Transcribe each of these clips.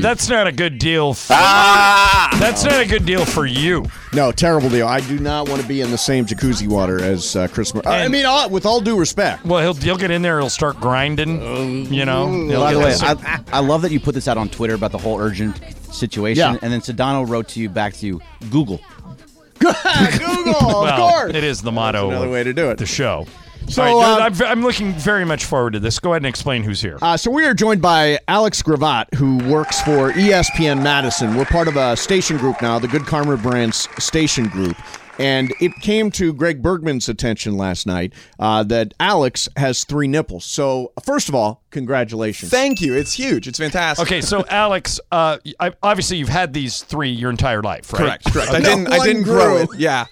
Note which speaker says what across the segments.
Speaker 1: That's not a good deal. For, ah! That's not a good deal for you.
Speaker 2: No, terrible deal. I do not want to be in the same jacuzzi water as uh, Chris. Mar- I mean, all, with all due respect.
Speaker 1: Well, he'll he'll get in there. He'll start grinding. You know.
Speaker 3: By the way, I, I, love that you put this out on Twitter about the whole urgent situation, yeah. and then Sedano wrote to you back to you, Google.
Speaker 2: Google, well, of course.
Speaker 1: It is the motto.
Speaker 2: That's another way to do it.
Speaker 1: The show. So right,
Speaker 4: uh,
Speaker 1: um, I'm, looking very much forward to this. Go ahead and explain who's here.
Speaker 2: Uh, so we are joined by Alex Gravatt, who works for E ESPN Madison. We're part of a station group now, the Good Karma Brands Station Group. And it came to Greg Bergman's attention last night uh, that Alex has three nipples. So, first of all, congratulations.
Speaker 4: Thank you. It's huge. It's fantastic.
Speaker 1: Okay, so Alex, uh, I, obviously you've had these three your entire life, right?
Speaker 4: Correct. Correct. Okay. I didn't. I didn't grow it. Yeah.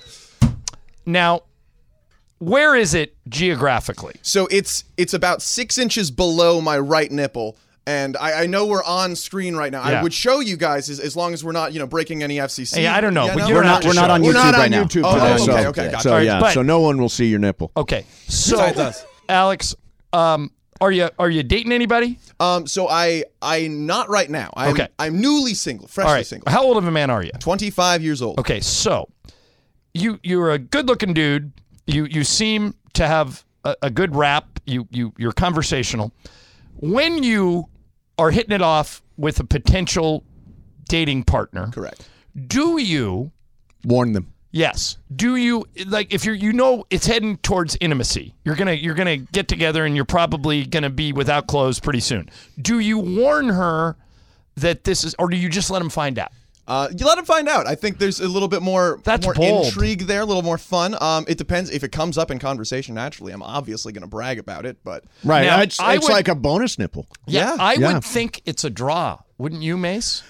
Speaker 1: Now, where is it geographically?
Speaker 4: So it's it's about six inches below my right nipple. And I, I know we're on screen right now. Yeah. I would show you guys as, as, long as we're not, you know, breaking any FCC.
Speaker 1: Hey, I don't know, yeah, but
Speaker 3: no? we're not. We're not on YouTube
Speaker 2: we're not
Speaker 3: right
Speaker 2: on YouTube now. Oh, today, okay, so, okay, gotcha. so right, yeah, so no one will see your nipple.
Speaker 1: Okay, so Alex, um, are you are you dating anybody?
Speaker 4: Um, so I I not right now. I'm, okay, I'm newly single, freshly right. single.
Speaker 1: How old of a man are you?
Speaker 4: Twenty five years old.
Speaker 1: Okay, so you you're a good looking dude you you seem to have a, a, good rap. You you you're conversational. When you are hitting it off with a potential dating partner,
Speaker 4: correct?
Speaker 1: Do you
Speaker 2: warn them?
Speaker 1: Yes. Do you like if you're you know it's heading towards intimacy? You're gonna you're gonna get together and you're probably gonna be without clothes pretty soon. Do you warn her that this is, or do you just let them find out?
Speaker 4: Uh, you let them find out. I think there's a little bit more,
Speaker 1: That's
Speaker 4: more
Speaker 1: bold.
Speaker 4: intrigue there, a little more fun. Um, it depends if it comes up in conversation naturally. I'm obviously going to brag about it, but
Speaker 2: right, now, it's, it's would, like a bonus nipple.
Speaker 1: Yeah, yeah. I yeah. would think it's a draw, wouldn't you, Mace?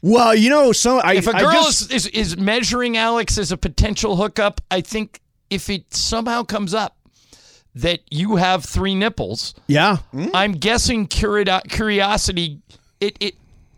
Speaker 2: Well, you know, so I,
Speaker 1: if a
Speaker 2: girl
Speaker 1: just, is, is, is measuring Alex as a potential hookup, I think if it somehow comes up that you have three nipples,
Speaker 2: yeah,
Speaker 1: mm. I'm guessing curi- curiosity. It, it uh,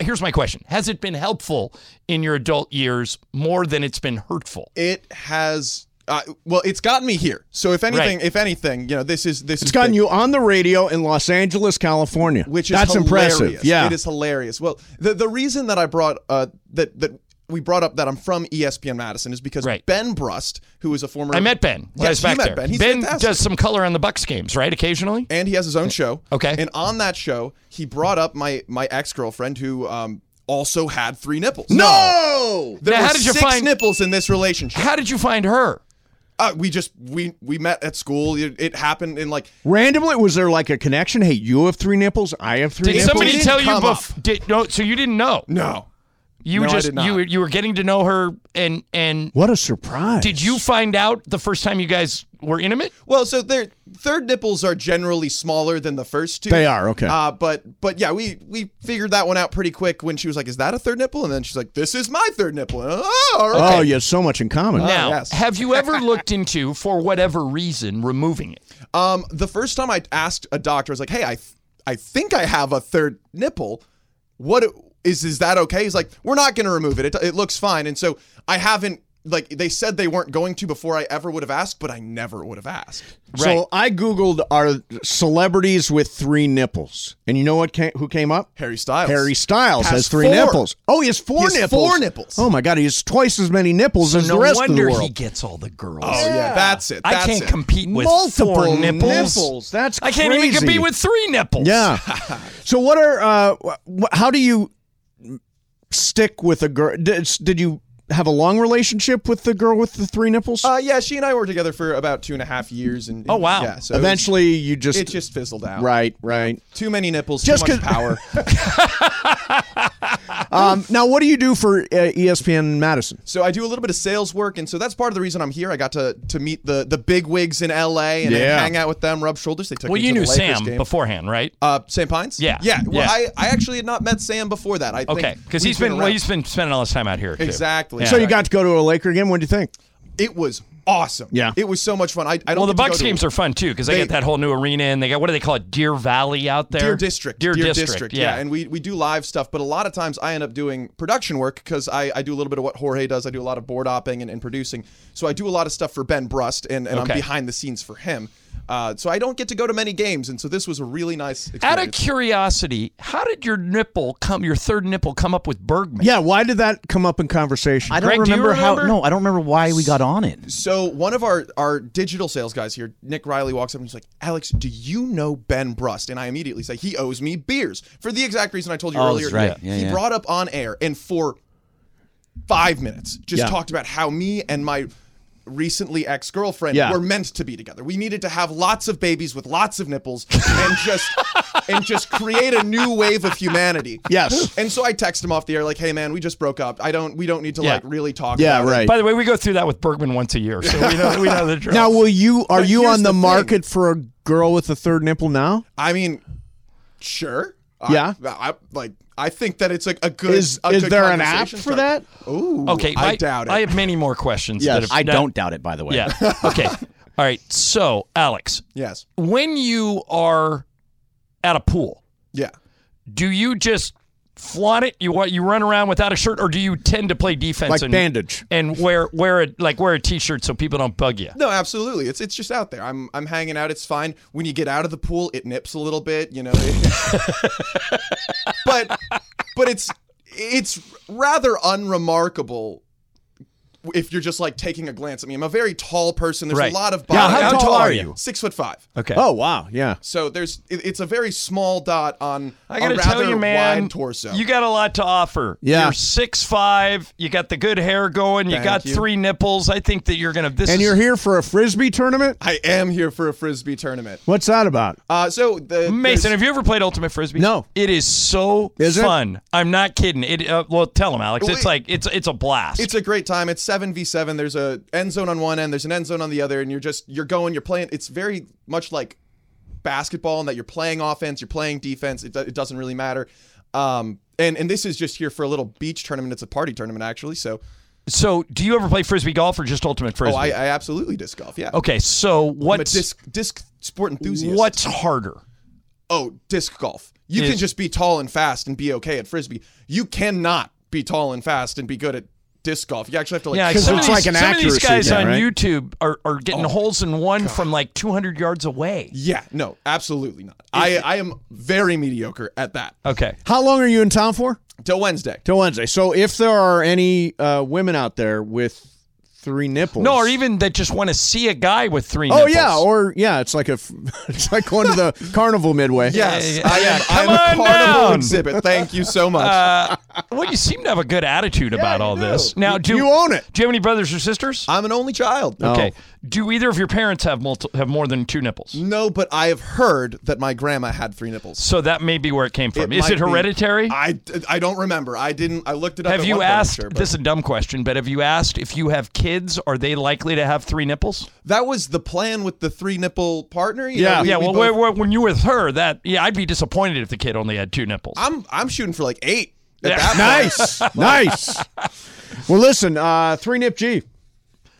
Speaker 1: here's my question has it been helpful in your adult years more than it's been hurtful
Speaker 4: it has uh, well it's gotten me here so if anything right. if anything you know this is this
Speaker 2: it's gotten big. you on the radio in los angeles california
Speaker 4: which
Speaker 2: that's
Speaker 4: hilarious.
Speaker 2: impressive yeah
Speaker 4: it is hilarious well the, the reason that i brought uh, that that we brought up that I'm from E ESPN Madison is because
Speaker 1: right.
Speaker 4: Ben Brust, who is a former
Speaker 1: I met Ben.
Speaker 4: Yes,
Speaker 1: back
Speaker 4: met there.
Speaker 1: Ben.
Speaker 4: He's
Speaker 1: ben
Speaker 4: fantastic.
Speaker 1: does some color on the Bucks games, right? Occasionally,
Speaker 4: and he has his own show.
Speaker 1: Uh, Okay,
Speaker 4: and on that show, he brought up my my ex girlfriend who. Um, also had three nipples.
Speaker 2: No,
Speaker 4: there now, were how did you six find, nipples in this relationship.
Speaker 1: How did you find her?
Speaker 4: Uh, we just we we met at school. It, it, happened in like
Speaker 2: randomly. Was there like a connection? Hey, you have three nipples. I have three. nipples?
Speaker 1: Did somebody tell you? Bef- did, no, so you didn't know.
Speaker 4: No,
Speaker 1: you
Speaker 4: no,
Speaker 1: just you you were getting to know her and and
Speaker 2: what a surprise.
Speaker 1: Did you find out the first time you guys were intimate?
Speaker 4: Well, so their third nipples are generally smaller than the first two.
Speaker 2: They are okay.
Speaker 4: Uh, but but yeah, we we figured that one out pretty quick when she was like, "Is that a third nipple?" And then she's like, "This is my third nipple." And, oh, okay.
Speaker 2: oh, you have so much in common.
Speaker 1: Now,
Speaker 2: oh, yes.
Speaker 1: have you ever looked into for whatever reason removing it?
Speaker 4: Um, the first time I asked a doctor, I was like, "Hey, I th- I think I have a third nipple. What?" It, is is that okay? He's like, we're not going to remove it. it. It looks fine. And so I haven't like they said they weren't going to before I ever would have asked, but I never would have asked.
Speaker 2: Right. So I googled are celebrities with three nipples, and you know what? Came, who came up?
Speaker 4: Harry Styles.
Speaker 2: Harry Styles has, has three
Speaker 4: four.
Speaker 2: nipples. Oh, he has four
Speaker 4: he has
Speaker 2: nipples.
Speaker 4: Four nipples.
Speaker 2: Oh my god, he has twice as many nipples
Speaker 3: so
Speaker 2: as
Speaker 3: no
Speaker 2: the rest
Speaker 3: wonder
Speaker 2: of the world.
Speaker 3: He gets all the girls.
Speaker 4: Oh yeah, yeah that's it. That's
Speaker 3: I can't
Speaker 4: it.
Speaker 3: compete with
Speaker 2: multiple
Speaker 3: four nipples.
Speaker 2: nipples. That's crazy.
Speaker 3: I can't even compete with three nipples.
Speaker 2: Yeah. so what are? Uh, how do you stick with a girl? Did, did you? have a long relationship with the girl with the three nipples?
Speaker 4: Uh, yeah, she and I were together for about two and a half years, and, and
Speaker 1: oh wow,
Speaker 4: yeah, so
Speaker 2: eventually was, you just
Speaker 4: it just fizzled out.
Speaker 2: Right, right.
Speaker 4: Too many nipples, just too much power.
Speaker 2: Um, now, what do you do for uh, ESPN Madison?
Speaker 4: So I do a little bit of sales work, and so that's part of the reason I'm here. I got to to meet the the big wigs in LA and
Speaker 2: Yeah.
Speaker 4: hang out with them, rub shoulders. They took
Speaker 1: Well,
Speaker 4: me
Speaker 1: you
Speaker 4: to
Speaker 1: knew
Speaker 4: the Lakers
Speaker 1: Sam
Speaker 4: game.
Speaker 1: beforehand, right?
Speaker 4: Uh, Sam Pines.
Speaker 1: Yeah.
Speaker 4: yeah. Well,
Speaker 1: Yeah.
Speaker 4: I, I actually had not met Sam before that. I think
Speaker 1: Okay, because
Speaker 4: we've
Speaker 1: he's been, well,
Speaker 4: around-
Speaker 1: he's been spending all his time out here. too.
Speaker 4: exactly.
Speaker 1: Yeah.
Speaker 2: So you got to go to a Laker game. What do you think?
Speaker 4: it was awesome.
Speaker 2: Yeah.
Speaker 4: it was so much fun. I, I don't.
Speaker 1: Well, the
Speaker 4: get to go
Speaker 1: Bucks
Speaker 4: to-
Speaker 1: games are fun too because they,
Speaker 4: They-
Speaker 1: got that whole new arena and they got what do they call it? Deer Valley out there.
Speaker 4: Deer District.
Speaker 1: Deer, District.
Speaker 4: yeah. And we, we do live stuff, but a lot of times I end up doing production work because I, I do a little bit of what Jorge does. I do a lot of board opping and, and producing. So I do a lot of stuff for Ben Brust, and, and
Speaker 1: Okay.
Speaker 4: I'm behind the scenes for him. Uh, so I don't get to go to many games, and so this was a really nice
Speaker 1: out of
Speaker 4: experience.
Speaker 1: curiosity, how did your nipple come? Your third nipple come up with Bergman?
Speaker 2: Yeah, why did that come up in conversation?
Speaker 3: I don't
Speaker 1: Greg, do you
Speaker 3: remember,
Speaker 1: remember?
Speaker 3: how. No, I don't remember why we got on it.
Speaker 4: so one of our, our digital sales guys here, Nick Riley, walks up and he's like, "Alex, do you know Ben Brust?" And I immediately say, "He owes me beers for the exact reason I told you
Speaker 3: Oh,
Speaker 4: earlier."
Speaker 3: that's right. Yeah,
Speaker 4: he
Speaker 3: yeah.
Speaker 4: brought up on air, and for five minutes just
Speaker 2: Yeah.
Speaker 4: talked about how me and my recently ex-girlfriend
Speaker 2: Yeah.
Speaker 4: were meant to be together. We needed to have lots of babies with lots of nipples and just and just create a new wave of humanity.
Speaker 2: Yes.
Speaker 4: And so I text him off the air like, "Hey man, we just broke up. I don't we don't need to
Speaker 1: Yeah.
Speaker 4: like really talk
Speaker 2: Yeah,
Speaker 4: about it."
Speaker 2: right.
Speaker 1: By the way, we go through that with Bergman once a year, so we know we know the drill.
Speaker 2: Now, will you? Are
Speaker 4: But
Speaker 2: you
Speaker 4: here's
Speaker 2: on
Speaker 4: the
Speaker 2: the,
Speaker 4: thing.
Speaker 2: market for a girl with a third nipple now?
Speaker 4: I mean, sure.
Speaker 2: Yeah.
Speaker 4: I, I like I think that it's like a good
Speaker 2: Is
Speaker 4: a
Speaker 2: is
Speaker 4: good
Speaker 2: there an app
Speaker 4: conversation
Speaker 2: for that?
Speaker 4: starter. Ooh.
Speaker 1: okay,
Speaker 4: I,
Speaker 1: my-
Speaker 4: doubt it.
Speaker 1: I have many more questions.
Speaker 2: Yes.
Speaker 1: that have,
Speaker 3: I
Speaker 1: that-
Speaker 3: don't doubt it, by the way.
Speaker 1: Yeah. Okay. All right. So, Alex,
Speaker 4: yes.
Speaker 1: when you are at a pool,
Speaker 4: Yeah.
Speaker 1: do you just flaunt it? You what? You run around without a shirt, or do you tend to play defense
Speaker 2: Like
Speaker 1: and
Speaker 2: bandage.
Speaker 1: and wear wear a like wear a t-shirt so people don't bug you?
Speaker 4: No, absolutely. It's it's just out there. I'm I'm hanging out. It's fine. When you get out of the pool, it nips a little bit, you know. it- but but it's it's rather unremarkable if you're just like taking a glance at me. I'm a very tall person. There's
Speaker 1: Right.
Speaker 4: a lot of body.
Speaker 2: Yeah, how tall are you?
Speaker 4: Six foot five.
Speaker 1: Okay.
Speaker 2: Oh wow, yeah.
Speaker 4: So there's it, it's a very small dot on
Speaker 1: I gotta
Speaker 4: a rather
Speaker 1: tell you, man,
Speaker 4: wide torso.
Speaker 1: you got a lot to offer.
Speaker 2: Yeah.
Speaker 1: you're six five. You got the good hair going. You
Speaker 4: Thank
Speaker 1: got
Speaker 4: you.
Speaker 1: three nipples. I think that you're gonna. This
Speaker 2: And
Speaker 1: is,
Speaker 2: you're here for a frisbee tournament?
Speaker 4: I am here for a frisbee tournament.
Speaker 2: What's that about?
Speaker 4: Uh, so the
Speaker 1: Mason,
Speaker 4: there's-
Speaker 1: have you ever played Ultimate Frisbee?
Speaker 2: No.
Speaker 1: It is so
Speaker 2: Is it?
Speaker 1: fun. I'm not kidding. It uh, well, tell him, Alex.
Speaker 4: Well,
Speaker 1: it's
Speaker 4: it-
Speaker 1: like it's it's a blast.
Speaker 4: It's a great time. It's seven v seven. There's a end zone on one end. There's an end zone on the other, and you're just you're going. You're playing. It's very much like basketball in that you're playing offense, you're playing defense. It, do- it doesn't really matter. Um, and and this is just here for a little beach tournament. It's a party tournament actually. So
Speaker 1: so, do you ever play frisbee golf or just Ultimate
Speaker 4: oh,
Speaker 1: Frisbee?
Speaker 4: I, I absolutely disc golf. Yeah.
Speaker 1: okay, so
Speaker 4: I'm a
Speaker 1: what's
Speaker 4: disc disc sport enthusiast.
Speaker 1: what's harder?
Speaker 4: Oh, disc golf. You
Speaker 1: Is-
Speaker 4: can just be tall and fast and be okay at frisbee. You cannot be tall and fast and be good at disc golf. You actually have to like.
Speaker 1: Yeah,
Speaker 4: kick
Speaker 1: some of
Speaker 2: it's
Speaker 1: these-
Speaker 2: like an
Speaker 1: some of these
Speaker 2: accuracy
Speaker 1: guys
Speaker 2: thing,
Speaker 1: on
Speaker 2: right?
Speaker 1: YouTube are, are getting
Speaker 4: Oh,
Speaker 1: holes in one from like 200 yards away.
Speaker 4: Yeah, no, absolutely not. I, I am very mediocre at that.
Speaker 1: Okay,
Speaker 2: How long are you in town for?
Speaker 4: Till Wednesday.
Speaker 2: Till Wednesday. So if there are any uh, women out there with three nipples,
Speaker 1: no, or even that just want to see a guy with three.
Speaker 2: oh
Speaker 1: nipples.
Speaker 2: yeah, or yeah, it's like a f- it's like going to the carnival midway.
Speaker 4: Yes,
Speaker 1: yeah,
Speaker 4: I am.
Speaker 1: yeah, come
Speaker 4: I am a
Speaker 1: on
Speaker 4: carnival
Speaker 1: down. Uh,
Speaker 4: exhibit. Thank you so much.
Speaker 1: well, you seem to have a good attitude about all this. Now, do
Speaker 2: you own it.
Speaker 1: Do you have any brothers or sisters?
Speaker 4: I'm an only child.
Speaker 1: Okay. Do either of your parents have multi- have more than two nipples?
Speaker 4: No, but I have heard that my grandma had three nipples.
Speaker 1: So that may be where it came from. Is
Speaker 4: might
Speaker 1: it
Speaker 4: be-
Speaker 1: hereditary?
Speaker 4: I, I don't remember. I didn't. I looked it up.
Speaker 1: have
Speaker 4: at
Speaker 1: you
Speaker 4: one point, I'm
Speaker 1: asked?
Speaker 4: sure, but-
Speaker 1: this is a dumb question, but have you asked if you have kids? Are they likely to have three nipples?
Speaker 4: that was the plan with the three nipple partner. you
Speaker 2: Yeah.
Speaker 4: know, we-
Speaker 1: yeah.
Speaker 4: we
Speaker 1: well,
Speaker 4: both-
Speaker 1: where, where- when you were with her, that yeah, I'd be disappointed if the kid only had two nipples.
Speaker 4: I'm I'm shooting for like eight. At
Speaker 1: Yeah.
Speaker 4: that point.
Speaker 2: nice, nice. Well, listen, uh, three nip G.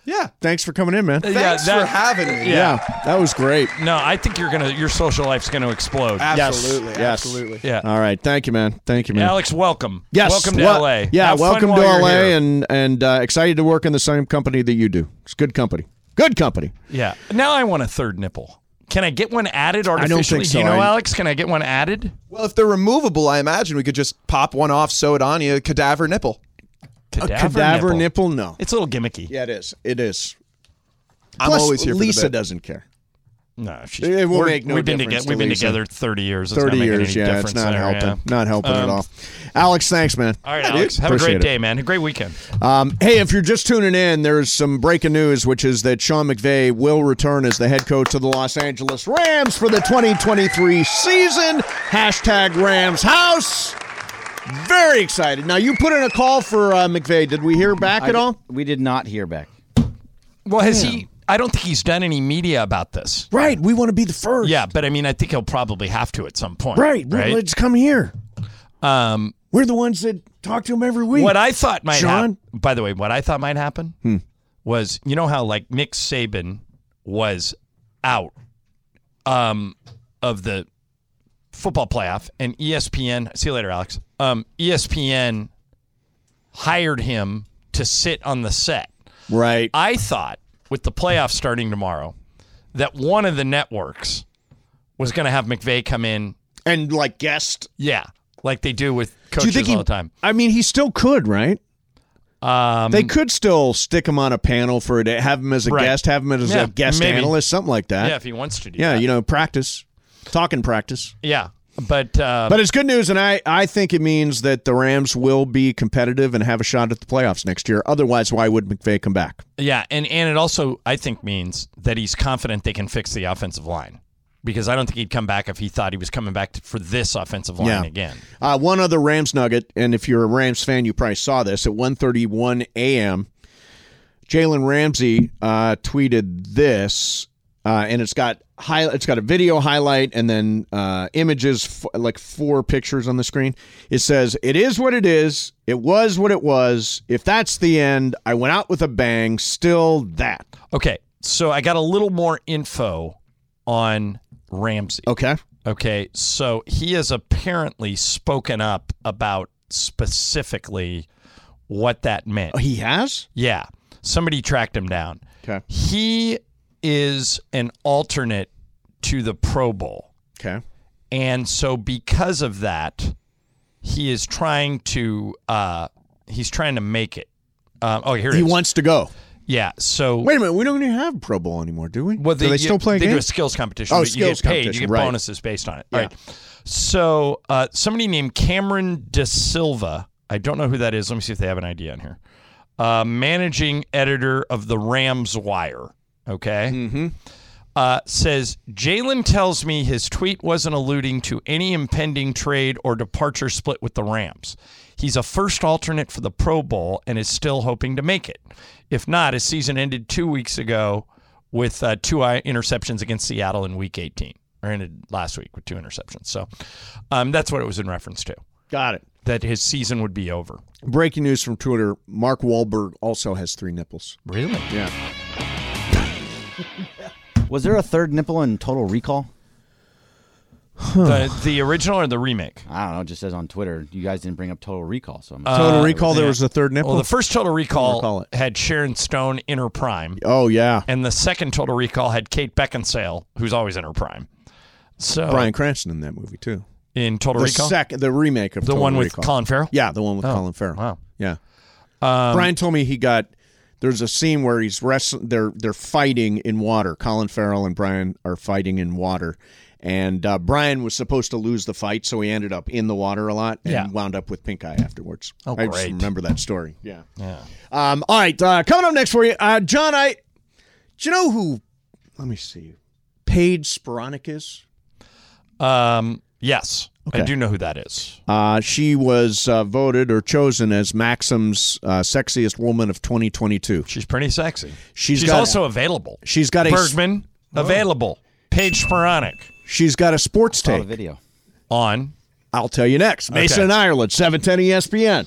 Speaker 4: Yeah.
Speaker 2: Thanks for coming in, man.
Speaker 1: Yeah,
Speaker 4: Thanks
Speaker 1: that-
Speaker 4: for having me.
Speaker 2: Yeah, that was great.
Speaker 1: No, I think you're gonna your social life's gonna explode.
Speaker 4: Absolutely.
Speaker 2: Yes.
Speaker 4: Absolutely.
Speaker 1: Yeah.
Speaker 2: All right, thank you, man. Thank you, man.
Speaker 1: Alex, welcome.
Speaker 2: Yes.
Speaker 1: Welcome to
Speaker 2: Well,
Speaker 1: LA.
Speaker 2: Yeah,
Speaker 1: Have fun
Speaker 2: welcome to
Speaker 1: while you're
Speaker 2: LA
Speaker 1: here.
Speaker 2: and and uh, excited to work in the same company that you do. It's good company. Good company.
Speaker 1: Yeah. Now I want a third nipple. Can I get one added
Speaker 2: don't think
Speaker 1: artificially?
Speaker 2: so.
Speaker 1: Do you know,
Speaker 2: I-
Speaker 1: Alex? Can I get one added?
Speaker 4: Well, if they're removable, I imagine we could just pop one off, sew it on you, cadaver nipple.
Speaker 1: Cadaver,
Speaker 2: Cadaver nipple? No.
Speaker 1: It's a little gimmicky.
Speaker 2: Yeah, it is. It is.
Speaker 4: I'm
Speaker 2: Plus,
Speaker 4: always here. For
Speaker 2: Lisa
Speaker 4: the bit.
Speaker 2: doesn't care.
Speaker 1: No, she's,
Speaker 2: It will
Speaker 1: we're-
Speaker 2: make no
Speaker 1: we've been
Speaker 2: difference
Speaker 1: together.
Speaker 2: to
Speaker 1: We've been
Speaker 2: Lisa.
Speaker 1: together thirty years. It's not
Speaker 2: Thirty
Speaker 1: making
Speaker 2: years.
Speaker 1: any
Speaker 2: Yeah,
Speaker 1: difference
Speaker 2: it's not
Speaker 1: there,
Speaker 2: helping.
Speaker 1: yeah. Um,
Speaker 2: Not helping at all. Alex, thanks, man.
Speaker 1: All right, Alex. Have a
Speaker 2: Appreciate
Speaker 1: great
Speaker 2: it.
Speaker 1: day, man. A great weekend.
Speaker 2: Um, hey, if you're just tuning in, there's some breaking news, which is that Sean McVay will return as the head coach of the Los Angeles Rams for the 2023 season. Hashtag Rams House. Very excited. Now, you put in a call for uh, McVeigh. Did we hear back
Speaker 3: I
Speaker 2: at
Speaker 3: d-
Speaker 2: all?
Speaker 3: We did not hear back.
Speaker 1: Well, has he? I don't think he's done any media about this.
Speaker 2: Right. We want to be the first.
Speaker 1: Yeah, but I mean, I think he'll probably have to at some point.
Speaker 2: Right.
Speaker 1: Right.
Speaker 2: Let's come here.
Speaker 1: um,
Speaker 2: We're the ones that talk to him every week.
Speaker 1: what I thought might
Speaker 2: John? Hmm.
Speaker 1: happen. By the way, what I thought might happen was you know how like Nick Saban was out um, of the football playoff, and E ESPN. See you later, Alex. Um, ESPN hired him to sit on the set.
Speaker 2: right.
Speaker 1: I thought with the playoffs starting tomorrow that one of the networks was going to have McVay come in.
Speaker 2: and like guest.
Speaker 1: Yeah, like they do with coaches
Speaker 2: think he-
Speaker 1: all the time.
Speaker 2: I mean, he still could, right?
Speaker 1: Um,
Speaker 2: They could still stick him on a panel for a day, have him as a
Speaker 1: Right.
Speaker 2: guest, have him as
Speaker 1: Yeah,
Speaker 2: a guest
Speaker 1: maybe.
Speaker 2: analyst, something like that.
Speaker 1: yeah, if he wants to do.
Speaker 2: Yeah,
Speaker 1: that.
Speaker 2: you know, practice, talking practice.
Speaker 1: yeah. But uh,
Speaker 2: But it's good news, and I, I think it means that the Rams will be competitive and have a shot at the playoffs next year. Otherwise, why would McVay come back?
Speaker 1: yeah, and and it also I think means that he's confident they can fix the offensive line because I don't think he'd come back if he thought he was coming back to, for this offensive line
Speaker 2: Yeah.
Speaker 1: again.
Speaker 2: Uh, one other Rams nugget, and if you're a Rams fan, you probably saw this at 1:31 a.m. Jalen Ramsey uh, tweeted this, uh, and it's got high, it's got a video highlight and then uh, images, f- like four pictures on the screen. It says, "It is what it is. It was what it was. If that's the end, I went out with a bang. Still that."
Speaker 1: Okay, so I got a little more info on Ramsey.
Speaker 2: Okay.
Speaker 1: Okay, so he has apparently spoken up about specifically what that meant.
Speaker 2: Oh, he has.
Speaker 1: Yeah, somebody tracked him down.
Speaker 2: Okay.
Speaker 1: He is an alternate to the Pro Bowl.
Speaker 2: Okay.
Speaker 1: And so because of that, he is trying to uh he's trying to make it. Um, oh, here it is.
Speaker 2: He wants to go.
Speaker 1: yeah, so
Speaker 2: Wait a minute. We don't even have Pro Bowl anymore, do we? do they
Speaker 1: you-
Speaker 2: still play?
Speaker 1: They
Speaker 2: games?
Speaker 1: do a skills competition.
Speaker 2: Oh,
Speaker 1: but you
Speaker 2: skills
Speaker 1: get paid.
Speaker 2: competition,
Speaker 1: You get
Speaker 2: right.
Speaker 1: bonuses based on it.
Speaker 2: Yeah.
Speaker 1: All right. So uh, somebody named Cameron De Silva. I don't know who that is. Let me see if they have an idea on here. Uh, managing editor of the Rams Wire. Okay. Mm-hmm. Uh, says Jalen tells me his tweet wasn't alluding to any impending trade or departure split with the Rams. He's a first alternate for the Pro Bowl and is still hoping to make it. If not, his season ended two weeks ago with uh, two i- interceptions against Seattle in Week 18, or ended last week with two interceptions. So um, that's what it was in reference to.
Speaker 2: Got it.
Speaker 1: That his season would be over.
Speaker 2: Breaking news from Twitter: Mark Wahlberg also has three nipples.
Speaker 1: Really?
Speaker 3: Was there a third nipple in Total Recall?
Speaker 1: The, the original or the remake?
Speaker 3: I don't know. It just says on Twitter. You guys didn't bring up Total Recall, so I'm
Speaker 2: Total Recall. There was a third nipple.
Speaker 1: Well, the first Total Recall
Speaker 2: recall it.
Speaker 1: had Sharon Stone in her prime,
Speaker 2: oh yeah,
Speaker 1: and the second Total Recall had Kate Beckinsale, who's always in her prime. So
Speaker 2: Brian Cranston in that movie too.
Speaker 1: in Total
Speaker 2: The
Speaker 1: Recall,
Speaker 2: second, the remake of
Speaker 1: the
Speaker 2: Total
Speaker 1: one with
Speaker 2: Recall.
Speaker 1: Colin Farrell.
Speaker 2: Yeah, the one with
Speaker 1: Oh,
Speaker 2: Colin Farrell.
Speaker 1: wow.
Speaker 2: Yeah. Brian told me he got. There's a scene where he's wrestling. They're they're fighting in water. Colin Farrell and Brian are fighting in water, and uh, Brian was supposed to lose the fight, so he ended up in the water a lot and
Speaker 1: Yeah.
Speaker 2: wound up with pink eye afterwards.
Speaker 1: Oh,
Speaker 2: I just
Speaker 1: great.
Speaker 2: remember that story. Yeah.
Speaker 1: Yeah.
Speaker 2: Um, all right, uh, coming up next for you, uh, John. I, do you know who? Let me see. Paige Sporonic is.
Speaker 1: Um, yes, I
Speaker 2: Okay.
Speaker 1: do know who that is.
Speaker 2: Uh, she was uh, voted or chosen as Maxim's uh, sexiest woman of 2022.
Speaker 1: She's pretty sexy.
Speaker 2: She's
Speaker 1: She's
Speaker 2: got-
Speaker 1: also available.
Speaker 2: She's got a Oh.
Speaker 1: Bergman available. Paige Sporanic
Speaker 2: she's got a sports
Speaker 3: saw Oh, the
Speaker 2: take.
Speaker 3: video.
Speaker 1: on.
Speaker 2: I'll tell you next. Mason
Speaker 1: Okay.
Speaker 2: in Ireland, E 710 ESPN.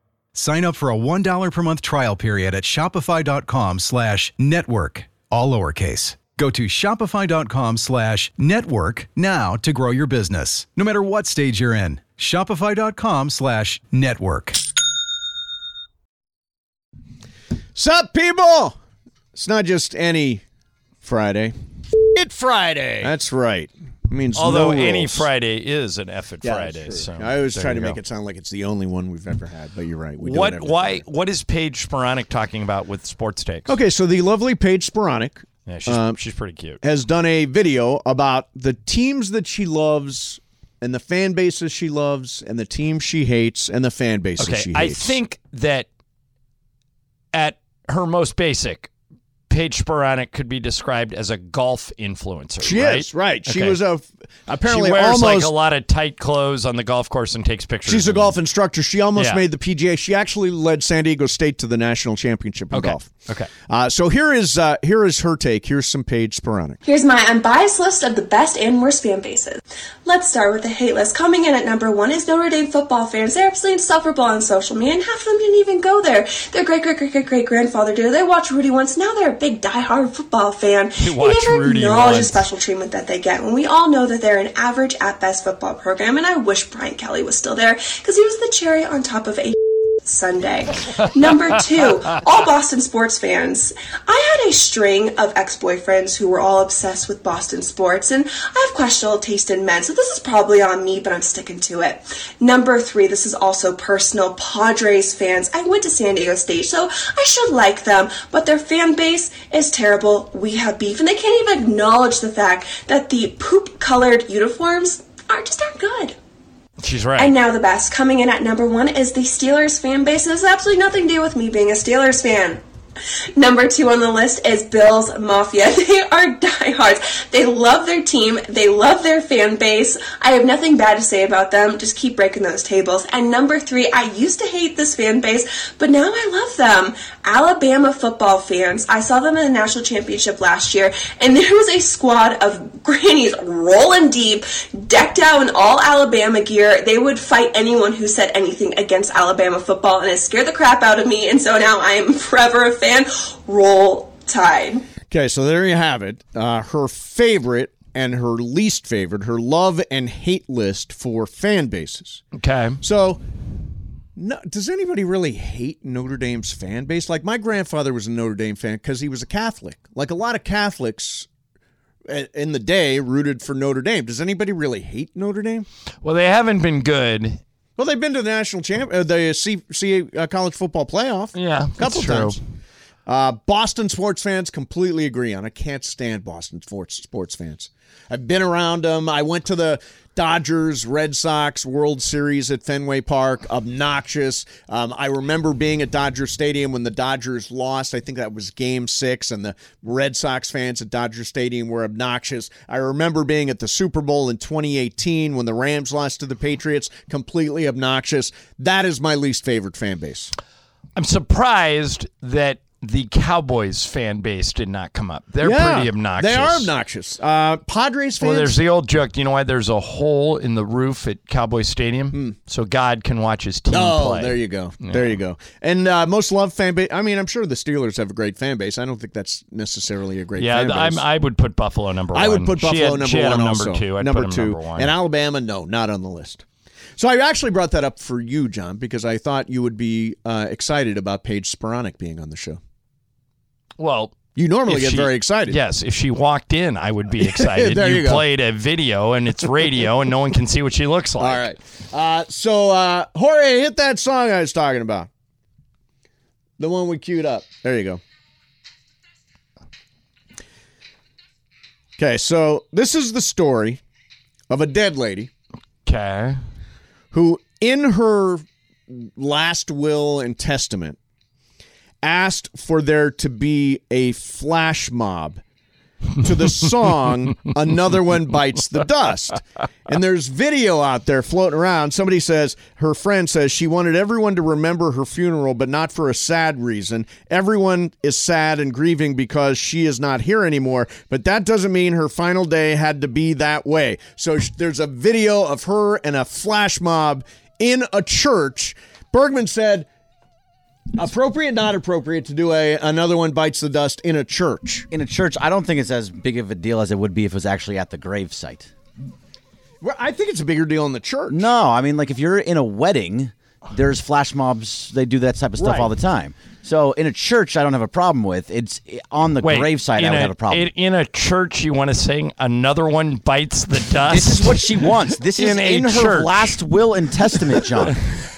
Speaker 5: Sign up for a $1 per month trial period at Shopify.com slash network, all lowercase. Go to Shopify.com slash network now to grow your business. No matter what stage you're in, Shopify.com slash network.
Speaker 2: Sup, people? It's not just any Friday.
Speaker 1: It Friday.
Speaker 2: That's right. It means
Speaker 1: Although
Speaker 2: no
Speaker 1: any
Speaker 2: rules.
Speaker 1: Friday is an effort
Speaker 2: Yeah, that's
Speaker 1: Friday.
Speaker 2: true.
Speaker 1: So
Speaker 2: I always
Speaker 1: there
Speaker 2: try
Speaker 1: you
Speaker 2: to
Speaker 1: go.
Speaker 2: make it sound like it's the only one we've ever had, but you're right. We do it
Speaker 1: What?
Speaker 2: every-
Speaker 1: Why? What is Paige Speronic talking about with sports takes?
Speaker 2: Okay, so the lovely Paige Speronic.
Speaker 1: Yeah, she's,
Speaker 2: um,
Speaker 1: she's pretty cute.
Speaker 2: has done a video about the teams that she loves and the fan bases she loves and the teams she hates and the fan bases
Speaker 1: Okay,
Speaker 2: she
Speaker 1: I
Speaker 2: hates.
Speaker 1: think that at her most basic, Paige Speronic could be described as a golf influencer.
Speaker 2: she
Speaker 1: right?
Speaker 2: is right. She
Speaker 1: Okay.
Speaker 2: was a apparently
Speaker 1: she wears
Speaker 2: almost
Speaker 1: like a lot of tight clothes on the golf course and takes pictures.
Speaker 2: She's a golf instructor. She almost
Speaker 1: Yeah.
Speaker 2: made the PGA. She actually led San Diego State to the national championship in
Speaker 1: Okay.
Speaker 2: golf.
Speaker 1: Okay.
Speaker 2: Uh, so here is uh, here is her take. Here's some Paige Speronic.
Speaker 6: Here's my unbiased list of the best and worst fan bases. Let's start with the hate list. Coming in at number one is Notre Dame football fans. They're absolutely insufferable on social media, and half of them didn't even go there. Their great great great great great grandfather did. They watch Rudy once. Now they're a big diehard football fan.
Speaker 7: They watch
Speaker 6: never
Speaker 7: Rudy
Speaker 6: acknowledge the
Speaker 7: once.
Speaker 6: special treatment that they get when we all know that they're an average at best football program. And I wish Brian Kelly was still there because he was the cherry on top of a Sunday. Number two, all Boston sports fans. I had a string of ex boyfriends who were all obsessed with Boston sports, and I have questionable taste in men, so this is probably on me, but I'm sticking to it. Number three, this is also personal. Padres fans. I went to San Diego State, so I should like them, but their fan base is terrible. We have beef, and they can't even acknowledge the fact that the poop colored uniforms are just aren't good.
Speaker 1: She's right.
Speaker 6: And now the best coming in at number one is the Steelers fan base. It has absolutely nothing to do with me being a Steelers fan. Number two on the list is Bills Mafia. They are diehards. They love their team. They love their fan base. I have nothing bad to say about them. Just keep breaking those tables. And number three, I used to hate this fan base, but now Oh, I love them. Alabama football fans. I saw them in the national championship last year, and there was a squad of grannies rolling deep, decked out in all Alabama gear. They would fight anyone who said anything against Alabama football, and it scared the crap out of me. And so now I am forever a fan. Roll Tide.
Speaker 2: Okay, so there you have it. Uh, her favorite and her least favorite, her love and hate list for fan bases.
Speaker 1: Okay.
Speaker 2: So, no, does anybody really hate Notre Dame's fan base? Like, my grandfather was a Notre Dame fan because he was a Catholic. Like, a lot of Catholics uh, in the day rooted for Notre Dame. Does anybody really hate Notre Dame?
Speaker 1: Well, they haven't been good.
Speaker 2: Well, they've been to the national champ, uh, the C, C uh, college football playoff.
Speaker 1: Yeah,
Speaker 2: a couple
Speaker 1: that's true.
Speaker 2: times. Uh, Boston sports fans completely agree on. I can't stand Boston sports sports fans. I've been around them. I went to the Dodgers Red Sox World Series at Fenway Park. Obnoxious. Um, I remember being at Dodger Stadium when the Dodgers lost. I think that was Game Six, and the Red Sox fans at Dodger Stadium were obnoxious. I remember being at the Super Bowl in 2018 when the Rams lost to the Patriots. Completely obnoxious. That is my least favorite fan base.
Speaker 1: I'm surprised that the Cowboys fan base did not come up. They're
Speaker 2: Yeah,
Speaker 1: pretty obnoxious.
Speaker 2: They are obnoxious. Uh, Padres fans.
Speaker 1: Well, there's the old joke. You know why there's a hole in the roof at Cowboy Stadium? So God can watch his team
Speaker 2: Hmm. oh,
Speaker 1: play.
Speaker 2: there you go. There you go. And uh, most loved fan base. I mean, I'm sure the Steelers have a great fan base. I don't think that's necessarily a great
Speaker 1: yeah,
Speaker 2: fan
Speaker 1: th- I'm,
Speaker 2: base.
Speaker 1: I would put Buffalo number one.
Speaker 2: I would put
Speaker 1: She
Speaker 2: Buffalo
Speaker 1: had-
Speaker 2: number
Speaker 1: she had
Speaker 2: one.
Speaker 1: him
Speaker 2: also.
Speaker 1: number two. I'd
Speaker 2: number
Speaker 1: put him
Speaker 2: two.
Speaker 1: number one.
Speaker 2: And Alabama, no, not on the list. So I actually brought that up for you, John, because I thought you would be uh, excited about Paige Speronic being on the show.
Speaker 1: well,
Speaker 2: You normally
Speaker 1: if
Speaker 2: get
Speaker 1: she-
Speaker 2: very excited.
Speaker 1: Yes, if she walked in, I would be excited.
Speaker 2: There you go.
Speaker 1: played a video and it's radio and no one can see what she looks like. All
Speaker 2: right. Uh, so, uh, Jorge, hit that song I was talking about. The one we queued up. There you go. Okay, so this is the story of a dead lady.
Speaker 1: Okay.
Speaker 2: Who, in her last will and testament, asked for there to be a flash mob to the song Another One Bites the Dust. And there's video out there floating around. Somebody says, her friend says she wanted everyone to remember her funeral, but not for a sad reason. Everyone is sad and grieving because she is not here anymore, but that doesn't mean her final day had to be that way. So sh- there's a video of her and a flash mob in a church. Bergman said, Appropriate, not appropriate to do a another one bites the dust in a church.
Speaker 3: In a church, I don't think it's as big of a deal as it would be if it was actually at the gravesite.
Speaker 2: Well, I think it's a bigger deal in the church.
Speaker 3: No, I mean, like if you're in a wedding, there's flash mobs. They do that type of stuff all the
Speaker 1: Right.
Speaker 3: time. So in a church, I don't have a problem with. It's eh, on the gravesite. I
Speaker 1: in
Speaker 3: would have a problem.
Speaker 1: In, in a church, you want to sing "Another One Bites the Dust."
Speaker 3: This is what she wants. This is
Speaker 1: In a
Speaker 3: in her
Speaker 1: church.
Speaker 3: last will and testament, John.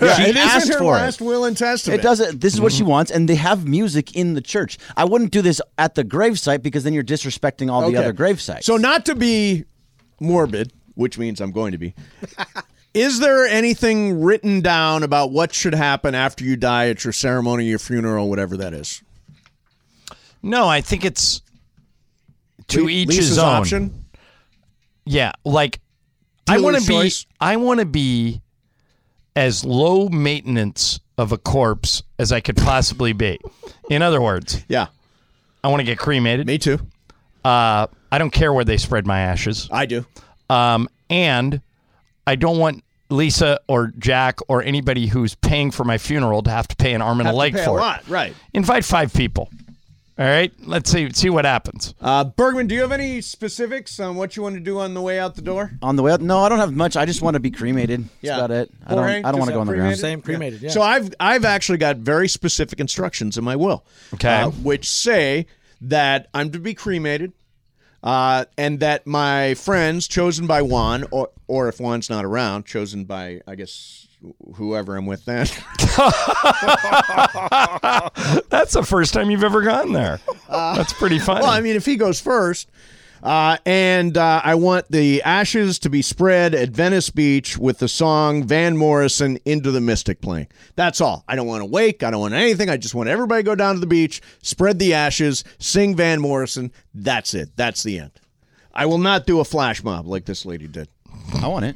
Speaker 2: Yeah,
Speaker 3: she
Speaker 2: it isn't
Speaker 3: asked
Speaker 2: her
Speaker 3: for
Speaker 2: last
Speaker 3: it.
Speaker 2: will and testament.
Speaker 3: It doesn't. This is what
Speaker 2: Mm-hmm.
Speaker 3: she wants, and they have music in the church. I wouldn't do this at the gravesite because then you're disrespecting all the
Speaker 2: Okay.
Speaker 3: other gravesites.
Speaker 2: So not to be morbid, which means I'm going to be. Is there anything written down about what should happen after you die at your ceremony, your funeral, whatever that is?
Speaker 1: No, I think it's to
Speaker 2: Le-
Speaker 1: each
Speaker 2: Lisa's
Speaker 1: his own.
Speaker 2: option?
Speaker 1: Yeah, like I
Speaker 2: Dealer's
Speaker 1: want to be.
Speaker 2: choice.
Speaker 1: I want to be as low maintenance of a corpse as I could possibly be. In other words,
Speaker 2: yeah,
Speaker 1: I want to get cremated.
Speaker 2: Me too.
Speaker 1: Uh, I don't care where they spread my ashes.
Speaker 2: I do.
Speaker 1: Um, and I don't want Lisa or Jack or anybody who's paying for my funeral to have to pay an arm and
Speaker 2: Have
Speaker 1: a
Speaker 2: to
Speaker 1: leg
Speaker 2: pay
Speaker 1: for
Speaker 2: a
Speaker 1: it.
Speaker 2: lot, right?
Speaker 1: Invite five people. All right, let's see see what happens.
Speaker 2: Uh, Bergman, do you have any specifics on what you want to do on the way out the door?
Speaker 3: on the way out. No, I don't have much. I just want to be cremated. That's
Speaker 2: Yeah.
Speaker 3: about it. I
Speaker 2: Or
Speaker 3: don't.
Speaker 2: Hank,
Speaker 3: I don't
Speaker 2: just
Speaker 3: want to go
Speaker 2: have
Speaker 3: on the ground.
Speaker 2: cremated? So I've I've actually got very specific instructions in my will, Uh,
Speaker 1: Okay.
Speaker 2: which say that I'm to be cremated, uh, and that my friends chosen by Juan, or or if Juan's not around, chosen by I guess wh- whoever I'm with then.
Speaker 1: That's the first time you've ever gone there. That's pretty funny.
Speaker 2: Uh, Well, I mean, if he goes first. Uh, and uh, I want the ashes to be spread at Venice Beach with the song Van Morrison Into the Mystic playing. That's all. I don't want to wake. I don't want anything. I just want everybody to go down to the beach, spread the ashes, sing Van Morrison. That's it. That's the end. I will not do a flash mob like this lady did.
Speaker 3: I want it.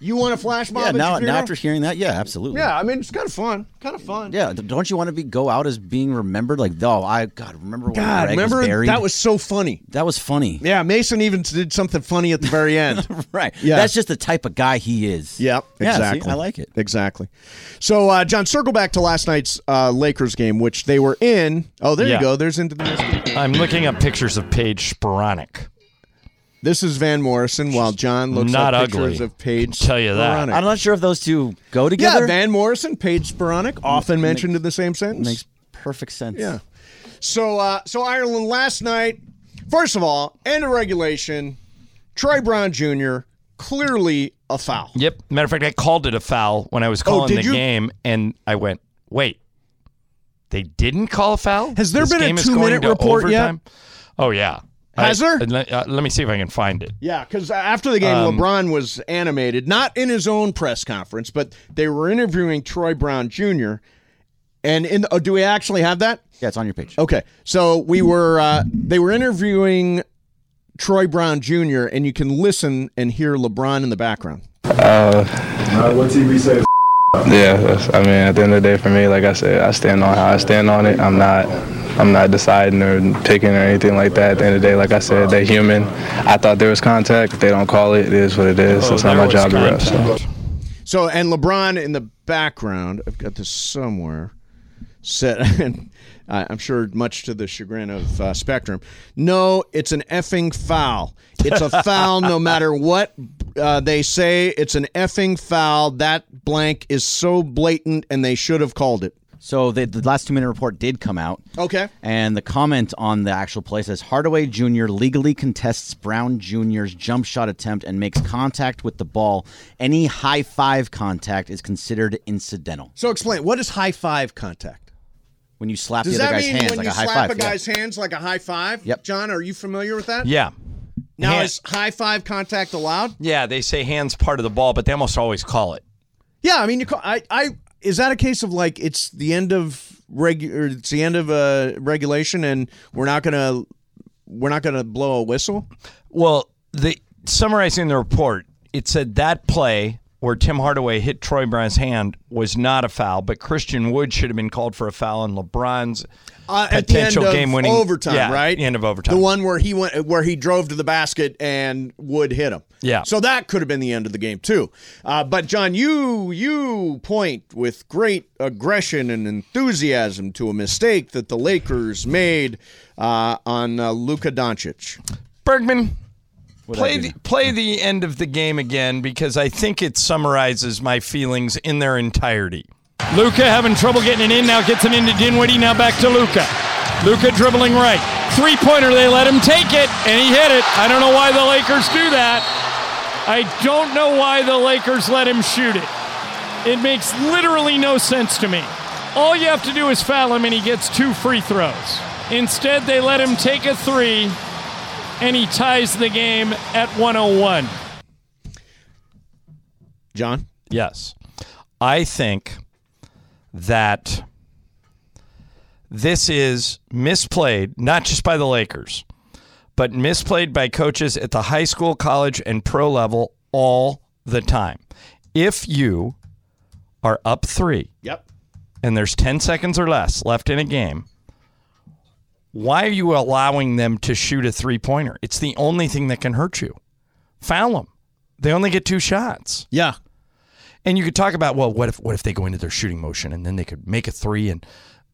Speaker 2: You want a flash mob?
Speaker 3: Yeah.
Speaker 2: at your
Speaker 3: Now, now
Speaker 2: funeral?
Speaker 3: after hearing that, yeah, absolutely.
Speaker 2: Yeah, I mean, it's kind of fun. Kind of fun.
Speaker 3: Yeah, d- don't you want to be go out as being remembered? Like, oh, I God, remember when
Speaker 2: God,
Speaker 3: Greg
Speaker 2: remember
Speaker 3: was buried?
Speaker 2: that was so funny.
Speaker 3: that was funny,
Speaker 2: Yeah, Mason even did something funny at the very end.
Speaker 3: right?
Speaker 2: Yeah.
Speaker 3: that's just the type of guy he is.
Speaker 2: Yep,
Speaker 3: Yeah, see,
Speaker 2: exactly.
Speaker 3: I like it.
Speaker 2: Exactly. So, uh, John, circle back to last night's uh, Lakers game, which they were in. Oh, there you
Speaker 1: Yeah.
Speaker 2: go. There's into the
Speaker 1: I'm looking up pictures of Paige Sporanic.
Speaker 2: This is Van Morrison, while John looks
Speaker 1: Not
Speaker 2: up pictures
Speaker 1: ugly.
Speaker 2: of Paige.
Speaker 1: Tell you that.
Speaker 2: Spironic.
Speaker 3: I'm not sure if those two go
Speaker 2: Yeah,
Speaker 3: together.
Speaker 2: Van Morrison, Paige Speronic, often mentioned in the same sentence.
Speaker 3: makes perfect sense.
Speaker 2: Yeah. So uh, so Ireland last night, first of all, end of regulation, Troy Brown Jr. clearly a foul.
Speaker 1: Yep. Matter of fact, I called it a foul when I was calling
Speaker 2: Oh, did
Speaker 1: the
Speaker 2: you?
Speaker 1: game, and I went, "Wait, they didn't call a foul."
Speaker 2: Has there
Speaker 1: This
Speaker 2: been a
Speaker 1: game is
Speaker 2: two-minute
Speaker 1: going to
Speaker 2: report yet?
Speaker 1: overtime?" Oh yeah.
Speaker 2: Has
Speaker 1: I-
Speaker 2: there?
Speaker 1: Let, uh, let me see if I can find it.
Speaker 2: Yeah, because after the game,
Speaker 3: Um,
Speaker 2: LeBron was animated, not in his own press conference, but they were interviewing Troy Brown Jr. And in oh, do we actually have that?
Speaker 3: Yeah, it's on your page.
Speaker 2: Okay, so we were uh, they were interviewing Troy Brown Jr. and you can listen and hear LeBron in the background.
Speaker 7: Uh, what TV say? Yeah, that's, I mean, at the end of the day, for me, like I said, I stand on how I stand on it. I'm not, I'm not deciding or picking or anything like that. At the end of the day, like I said, they're human. I thought there was contact. If they don't call it, it is what it is. it's not
Speaker 1: there
Speaker 7: my
Speaker 1: was
Speaker 7: job to ref. so.
Speaker 2: So and LeBron in the background, I've got this somewhere. Said, and I- I'm sure much to the chagrin of uh, Spectrum. No, it's an effing foul. It's a foul, no matter what uh, they say. It's an effing foul. That blank is so blatant, and they should have called it.
Speaker 3: So the, the last two minute report did come out.
Speaker 2: Okay.
Speaker 3: And the comment on the actual play says Hardaway Jr. legally contests Brown Jr.'s jump shot attempt and makes contact with the ball. Any high five contact is considered incidental.
Speaker 2: So explain what is high five contact?
Speaker 3: When you slap
Speaker 2: Does
Speaker 3: the
Speaker 2: that
Speaker 3: other guy's
Speaker 2: mean
Speaker 3: hands
Speaker 2: when
Speaker 3: like
Speaker 2: you
Speaker 3: a high
Speaker 2: slap
Speaker 3: five.
Speaker 2: a
Speaker 3: yeah.
Speaker 2: guy's hands like a high five?
Speaker 3: Yep.
Speaker 2: John, are you familiar with that?
Speaker 1: Yeah.
Speaker 2: Now
Speaker 1: Hand-
Speaker 2: is high five contact allowed?
Speaker 1: Yeah, they say hands part of the ball, but they almost always call it.
Speaker 2: Yeah, I mean, you call, I, I, is that a case of like it's the end of regu- or it's the end of uh, regulation, and we're not gonna, we're not gonna blow a whistle.
Speaker 1: Well, the summarizing the report, it said that play where Tim Hardaway hit Troy Brown's hand was not a foul, but Christian Wood should have been called for a foul and LeBron's
Speaker 2: Uh, at the end
Speaker 1: potential
Speaker 2: of
Speaker 1: game-winning
Speaker 2: overtime,
Speaker 1: yeah,
Speaker 2: right?
Speaker 1: End of overtime.
Speaker 2: The one where he went, where he drove to the basket and would hit him.
Speaker 1: Yeah.
Speaker 2: So that could have been the end of the game too. Uh, but John, you you point with great aggression and enthusiasm to a mistake that the Lakers made uh, on uh, Luka Doncic.
Speaker 1: Bergman,
Speaker 2: What'd I
Speaker 1: play
Speaker 2: do
Speaker 1: the, play the end of the game again because I think it summarizes my feelings in their entirety. Luca having trouble getting it in now, gets it into Dinwiddie, now back to Luca. Luca dribbling right. Three pointer, they let him take it, and he hit it. I don't know why the Lakers do that. I don't know why the Lakers let him shoot it. It makes literally no sense to me. All you have to do is foul him, and he gets two free throws. Instead, they let him take a three, and he ties the game at 101.
Speaker 2: John?
Speaker 1: Yes. I think that this is misplayed, not just by the Lakers, but misplayed by coaches at the high school, college, and pro level all the time. If you are up three,
Speaker 2: Yep.
Speaker 1: and there's 10 seconds or less left in a game, why are you allowing them to shoot a three pointer? It's the only thing that can hurt you. Foul them. They only get two shots.
Speaker 2: Yeah.
Speaker 1: And you could talk about, well, what if what if they go into their shooting motion and then they could make a three and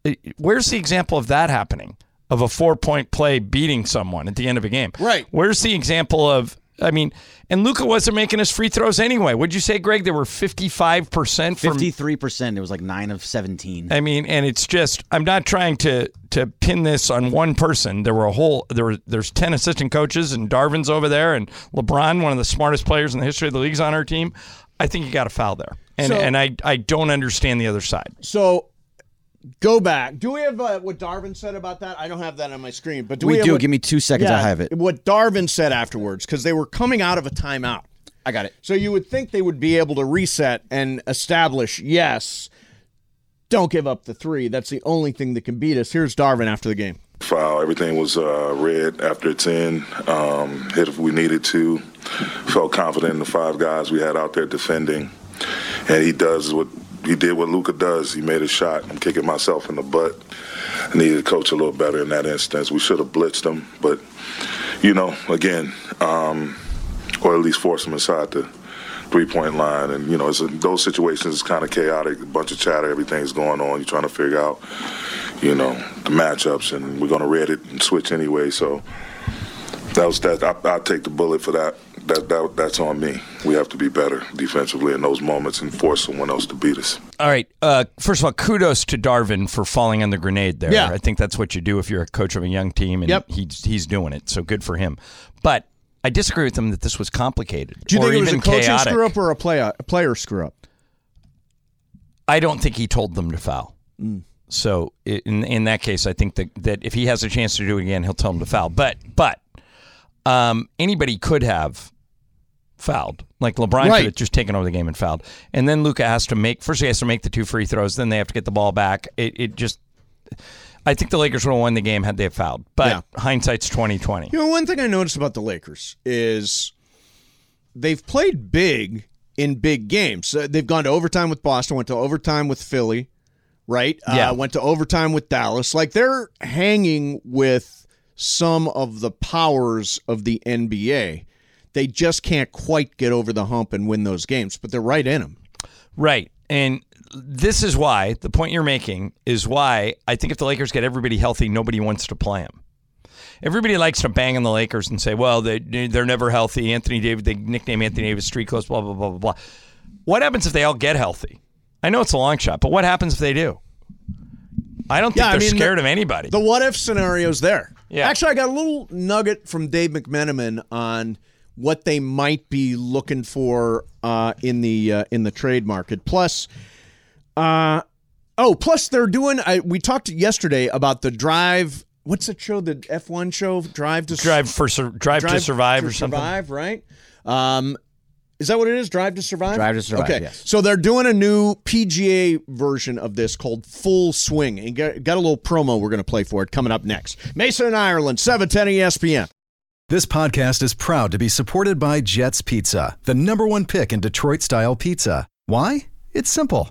Speaker 1: uh, where's the example of that happening? Of a four point play beating someone at the end of a game. Right. Where's the example of I mean, and Luca wasn't making his free throws anyway. Would you say, Greg, there were fifty five percent from
Speaker 3: Fifty-three percent. It was like nine of seventeen.
Speaker 1: I mean, and it's just I'm not trying to to pin this on one person. There were a whole there were there's ten assistant coaches and Darvin's over there and LeBron, one of the smartest players in the history of the league's on our team. I think you got a foul there. And
Speaker 2: So-
Speaker 1: and I I don't understand the other side.
Speaker 2: So go back. Do we have uh, what Darvin said about that? I don't have that on my screen, but do we,
Speaker 3: We
Speaker 2: have
Speaker 3: do.
Speaker 2: what-
Speaker 3: Give me two seconds. I have it.
Speaker 2: What Darvin said afterwards because they were coming out of a timeout.
Speaker 3: I got it.
Speaker 2: So you would think they would be able to reset and establish yes. Don't give up the three. That's the only thing that can beat us. Here's Darvin after the game.
Speaker 8: foul. Everything was uh, red after 10. Um, hit if we needed to. Felt confident in the five guys we had out there defending. And he does what he did what Luca does. He made a shot. I'm kicking myself in the butt. I needed to coach a little better in that instance. We should have blitzed him, but you know, again, um, or at least force him inside the three-point line. And you know, it's those situations is kind of chaotic. A bunch of chatter, everything's going on. You're trying to figure out you know the matchups, and we're gonna read it and switch anyway. So that was that. I, I take the bullet for that. That, that. That's on me. We have to be better defensively in those moments and force someone else to beat us.
Speaker 1: All right. Uh, first of all, kudos to Darvin for falling on the grenade there.
Speaker 8: Yeah.
Speaker 1: I think that's what you do if you're a coach of a young team, and
Speaker 2: Yep.
Speaker 1: he's he's doing it. So good for him. But I disagree with him that this was complicated
Speaker 2: Do you
Speaker 1: or
Speaker 2: think it was
Speaker 1: even
Speaker 2: a coaching
Speaker 1: chaotic.
Speaker 2: screw up or a, play, a player screw up?
Speaker 1: I don't think he told them to foul.
Speaker 2: Mm.
Speaker 1: So i- in in that case, I think that, that if he has a chance to do it again, he'll tell them to foul. But but um, anybody could have fouled. Like LeBron
Speaker 9: Right.
Speaker 1: could have just taken over the game and fouled. And then Luca has to make first he has to make the two free throws. Then they have to get the ball back. It, it just I think the Lakers would have won the game had they have fouled. But hindsight's twenty twenty.
Speaker 2: You know, one thing I noticed about the Lakers is they've played big in big games. Uh, They've gone to overtime with Boston, went to overtime with Philly, right?
Speaker 10: Yeah.
Speaker 2: Uh, went to overtime with Dallas. Like they're hanging with some of the powers of the NBA. They just can't quite get over the hump and win those games, but they're right in them.
Speaker 1: Right. And this is why the point you're making is why I think if the Lakers get everybody healthy, nobody wants to play them. Everybody likes to bang on the Lakers and say, well, they, they're never healthy. Anthony David, they nickname Anthony Davis street close, blah, blah, blah, blah, blah. What happens if they all get healthy? I know it's a long shot, but what happens if they do? I don't think
Speaker 2: Yeah, I
Speaker 1: they're
Speaker 2: mean,
Speaker 1: scared
Speaker 2: the-
Speaker 1: of anybody.
Speaker 2: The what if scenario's there.
Speaker 1: Yeah.
Speaker 2: Actually, I got a little nugget from Dave McMenamin on what they might be looking for uh, in the uh, in the trade market. Plus, uh, oh, plus they're doing. I, we talked yesterday about the drive. What's that show? The F one show, Drive to
Speaker 1: Drive for Sur- Drive to Survive
Speaker 2: to
Speaker 1: or something?
Speaker 2: Survive, right? Um, is that what it is? Drive to Survive?
Speaker 3: Drive to Survive,
Speaker 2: Okay.
Speaker 3: yes.
Speaker 2: So they're doing a new PGA version of this called Full Swing. E And got, got a little promo we're going to play for it coming up next. Mason in Ireland, 710 ESPN.
Speaker 5: This podcast is proud to be supported by Jets Pizza, the number one pick in Detroit style pizza. Why? It's simple.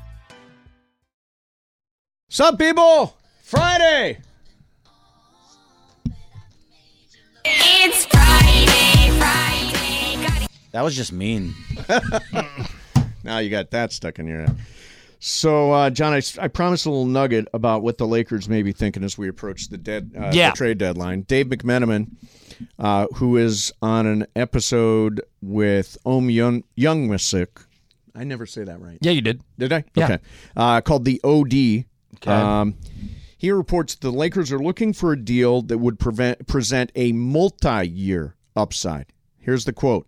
Speaker 2: Sup, people? Friday.
Speaker 9: It's Friday, Friday. Got
Speaker 3: That was just mean.
Speaker 2: now you got that stuck in your head. So, uh, John, I, I promised a little nugget about what the Lakers may be thinking as we approach the dead uh, the
Speaker 1: Yeah.
Speaker 2: trade deadline. Dave McMenamin, uh, who is on an episode with Om Young Youngmisik, I never say that right.
Speaker 1: Yeah, you did.
Speaker 2: Did I?
Speaker 1: Yeah.
Speaker 2: Okay. Uh, called the OD. Um, he reports the Lakers are looking for a deal that would prevent, present a multi year upside. Here's the quote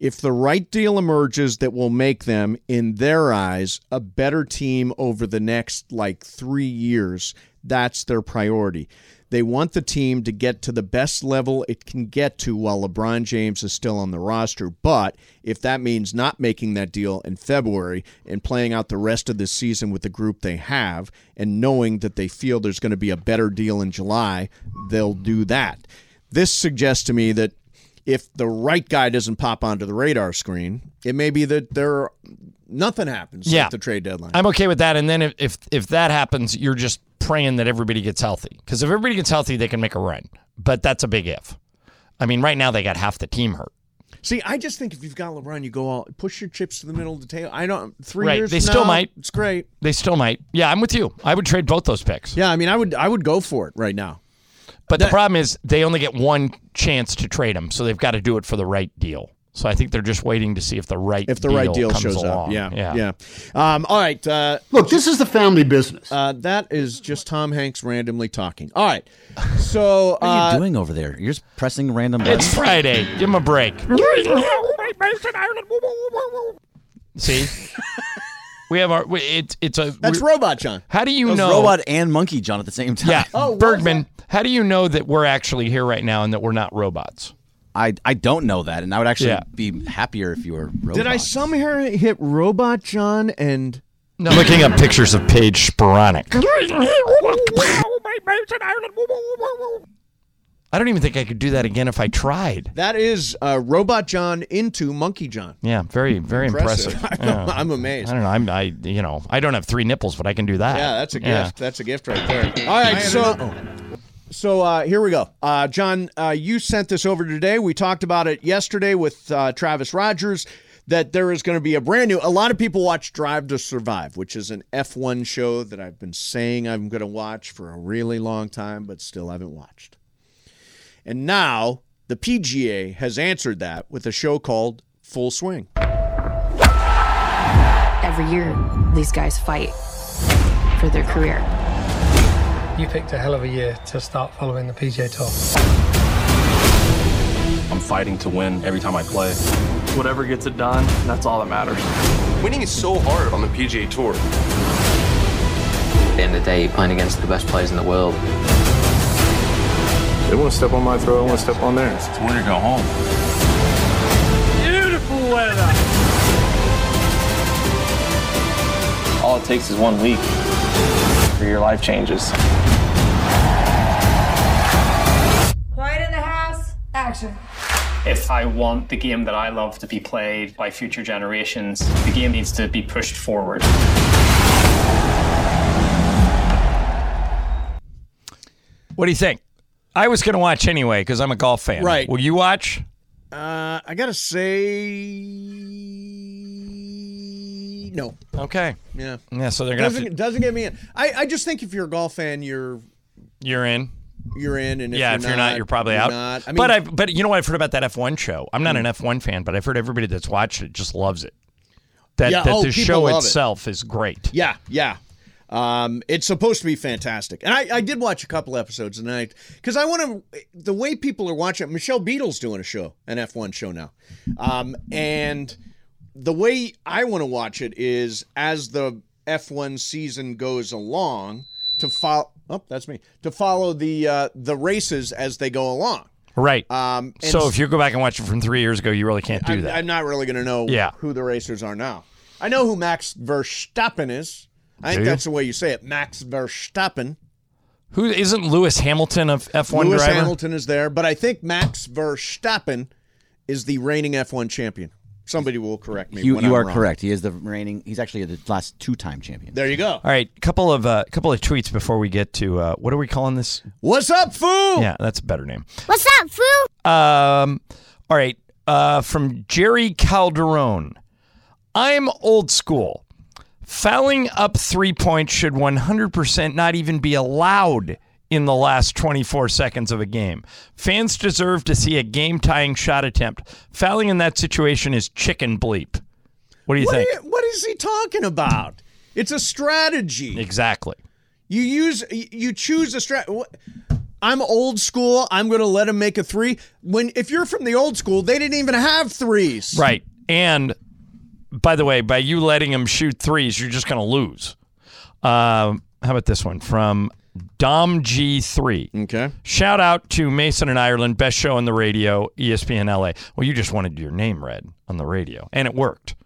Speaker 2: If the right deal emerges that will make them, in their eyes, a better team over the next like three years, that's their priority. They want the team to get to the best level it can get to while LeBron James is still on the roster. But if that means not making that deal in February and playing out the rest of the season with the group they have and knowing that they feel there's going to be a better deal in July, they'll do that. This suggests to me that if the right guy doesn't pop onto the radar screen, it may be that there nothing happens
Speaker 1: Yeah.
Speaker 2: at the trade deadline.
Speaker 1: I'm okay with that. And then if if, if that happens, you're just praying that everybody gets healthy. Because if everybody gets healthy, they can make a run. But that's a big if. I mean, right now they got half the team hurt.
Speaker 2: See, I just think if you've got LeBron, you go all push your chips to the middle of the table. I don't three
Speaker 1: Right.
Speaker 2: years.
Speaker 1: They
Speaker 2: from
Speaker 1: still
Speaker 2: now,
Speaker 1: might.
Speaker 2: It's great.
Speaker 1: They still might. Yeah, I'm with you. I would trade both those picks.
Speaker 2: Yeah, I mean, I would I would go for it right now.
Speaker 1: But the problem is they only get one chance to trade them, so they've got to do it for the right deal. So I think they're just waiting to see if the right
Speaker 2: If the right deal
Speaker 1: comes
Speaker 2: shows
Speaker 1: along.
Speaker 2: up, yeah,
Speaker 1: yeah,
Speaker 2: yeah. Um, all right. Uh, Look, this is the family business. Uh, that is just Tom Hanks randomly talking. All right. So what
Speaker 3: are you
Speaker 2: uh,
Speaker 3: doing over there? You're just pressing random.
Speaker 1: It's
Speaker 3: buttons?
Speaker 1: Friday. Give him a break. See, we have our. we- It's it's a.
Speaker 2: That's
Speaker 1: we're-
Speaker 2: robot John.
Speaker 1: How do you
Speaker 3: That was
Speaker 1: know?
Speaker 3: robot and monkey John at the same time?
Speaker 1: Yeah, Bergman. How do you know that we're actually here right now and that we're not robots?
Speaker 3: I, I don't know that, and I would actually
Speaker 1: Yeah.
Speaker 3: be happier if you were. Robot.
Speaker 2: Did I somehow hit robot John and?
Speaker 1: No. Looking up pictures of Paige Sporanic. I don't even think I could do that again if I tried.
Speaker 2: That is uh, robot John into monkey John.
Speaker 1: Yeah, very very impressive.
Speaker 2: Impressive. I'm-
Speaker 1: Yeah.
Speaker 2: I'm amazed.
Speaker 1: I don't know. I'm I you know I don't have three nipples, but I can do that.
Speaker 2: Yeah, that's a gift.
Speaker 1: Yeah.
Speaker 2: That's a gift right there. All right, so so uh, here we go. Uh, John, uh, you sent this over today. We talked about it yesterday with uh, Travis Rogers that there is going to be a brand new. A lot of people watch Drive to Survive, which is an F1 show that I've been saying I'm going to watch for a really long time, but still haven't watched. And now the PGA has answered that with a show called Full Swing.
Speaker 10: Every year, these guys fight for their career.
Speaker 11: You picked a hell of a year to start following the PGA Tour.
Speaker 12: I'm fighting to win every time I play. Whatever gets it done, that's all that matters. Winning is so hard on the PGA Tour.
Speaker 13: At the end of the day, you're playing against the best players in the world.
Speaker 12: They want to step on my throw, I want to step on theirs. It's win or go home.
Speaker 11: Beautiful weather.
Speaker 12: All it takes is one week for your life changes.
Speaker 9: Quiet in the house. Action.
Speaker 14: If I want the game that I love to be played by future generations, the game needs to be pushed forward.
Speaker 1: What do you think? I was going to watch anyway because I'm a golf fan.
Speaker 2: Right.
Speaker 1: Will you watch?
Speaker 2: Uh, I gotta say, no.
Speaker 1: Okay.
Speaker 2: Yeah.
Speaker 1: Yeah. So they're gonna
Speaker 2: doesn't,
Speaker 1: have to,
Speaker 2: doesn't get me in. I, I just think if you're a golf fan, you're
Speaker 1: you're in.
Speaker 2: you're in, and if
Speaker 1: yeah,
Speaker 2: you're
Speaker 1: if
Speaker 2: not,
Speaker 1: you're not, you're probably out.
Speaker 2: not. I
Speaker 1: but
Speaker 2: mean- Mm.
Speaker 1: I but you know what I've heard about that F1 show. I'm not an F1 fan, but I've heard everybody that's watched it just loves it. That
Speaker 2: Yeah,
Speaker 1: that
Speaker 2: oh,
Speaker 1: the
Speaker 2: people
Speaker 1: show
Speaker 2: love it.
Speaker 1: itself is great.
Speaker 2: Yeah, yeah. Um, it's supposed to be fantastic, and I, I did watch a couple episodes tonight because I want to. The way people are watching, Michelle Beadle's doing a show, an F1 show now, um, and the way I want to watch it is as the F1 season goes along to follow. Oh, that's me to follow the uh, the races as they go along.
Speaker 1: Right.
Speaker 2: Um, and
Speaker 1: so if you go back and watch it from three years ago, you really can't do
Speaker 2: I'm,
Speaker 1: that.
Speaker 2: I'm not really going to know
Speaker 1: Yeah.
Speaker 2: who the racers are now. I know who Max Verstappen is. I
Speaker 1: Do
Speaker 2: think
Speaker 1: you?
Speaker 2: that's the way you say it. Max Verstappen.
Speaker 1: Who isn't Lewis Hamilton of F1
Speaker 2: Lewis
Speaker 1: driver?
Speaker 2: Hamilton is there, but I think Max Verstappen is the reigning F1 champion. Somebody will correct me.
Speaker 3: You,
Speaker 2: when
Speaker 3: you
Speaker 2: I'm
Speaker 3: are
Speaker 2: wrong.
Speaker 3: correct. He is the reigning. He's actually the last two-time champion.
Speaker 2: There you go.
Speaker 1: All right, couple of uh, couple of tweets before we get to uh, what are we calling this?
Speaker 2: What's up, fool?
Speaker 1: Yeah, that's a better name.
Speaker 4: What's up, fool?
Speaker 1: Um, all right, uh, from Jerry Calderon. I'm old school. Fouling up three points should 100% not even be allowed in the last 24 seconds of a game. Fans deserve to see a game tying shot attempt. Fouling in that situation is chicken bleep. What do you
Speaker 2: What,
Speaker 1: think?
Speaker 2: are you- what is he talking about? It's a strategy.
Speaker 1: Exactly.
Speaker 2: You use you choose a strat. I'm old school. I'm going to let him make a three. When if you're from the old school, they didn't even have threes.
Speaker 1: Right. And by the way, by you letting him shoot threes, you're just going to lose. Um, how about this one from Dom G3?
Speaker 2: Okay.
Speaker 1: Shout out to Mason in Ireland, best show on the radio, E ESPN LA. Well, you just wanted your name read on the radio, and it worked.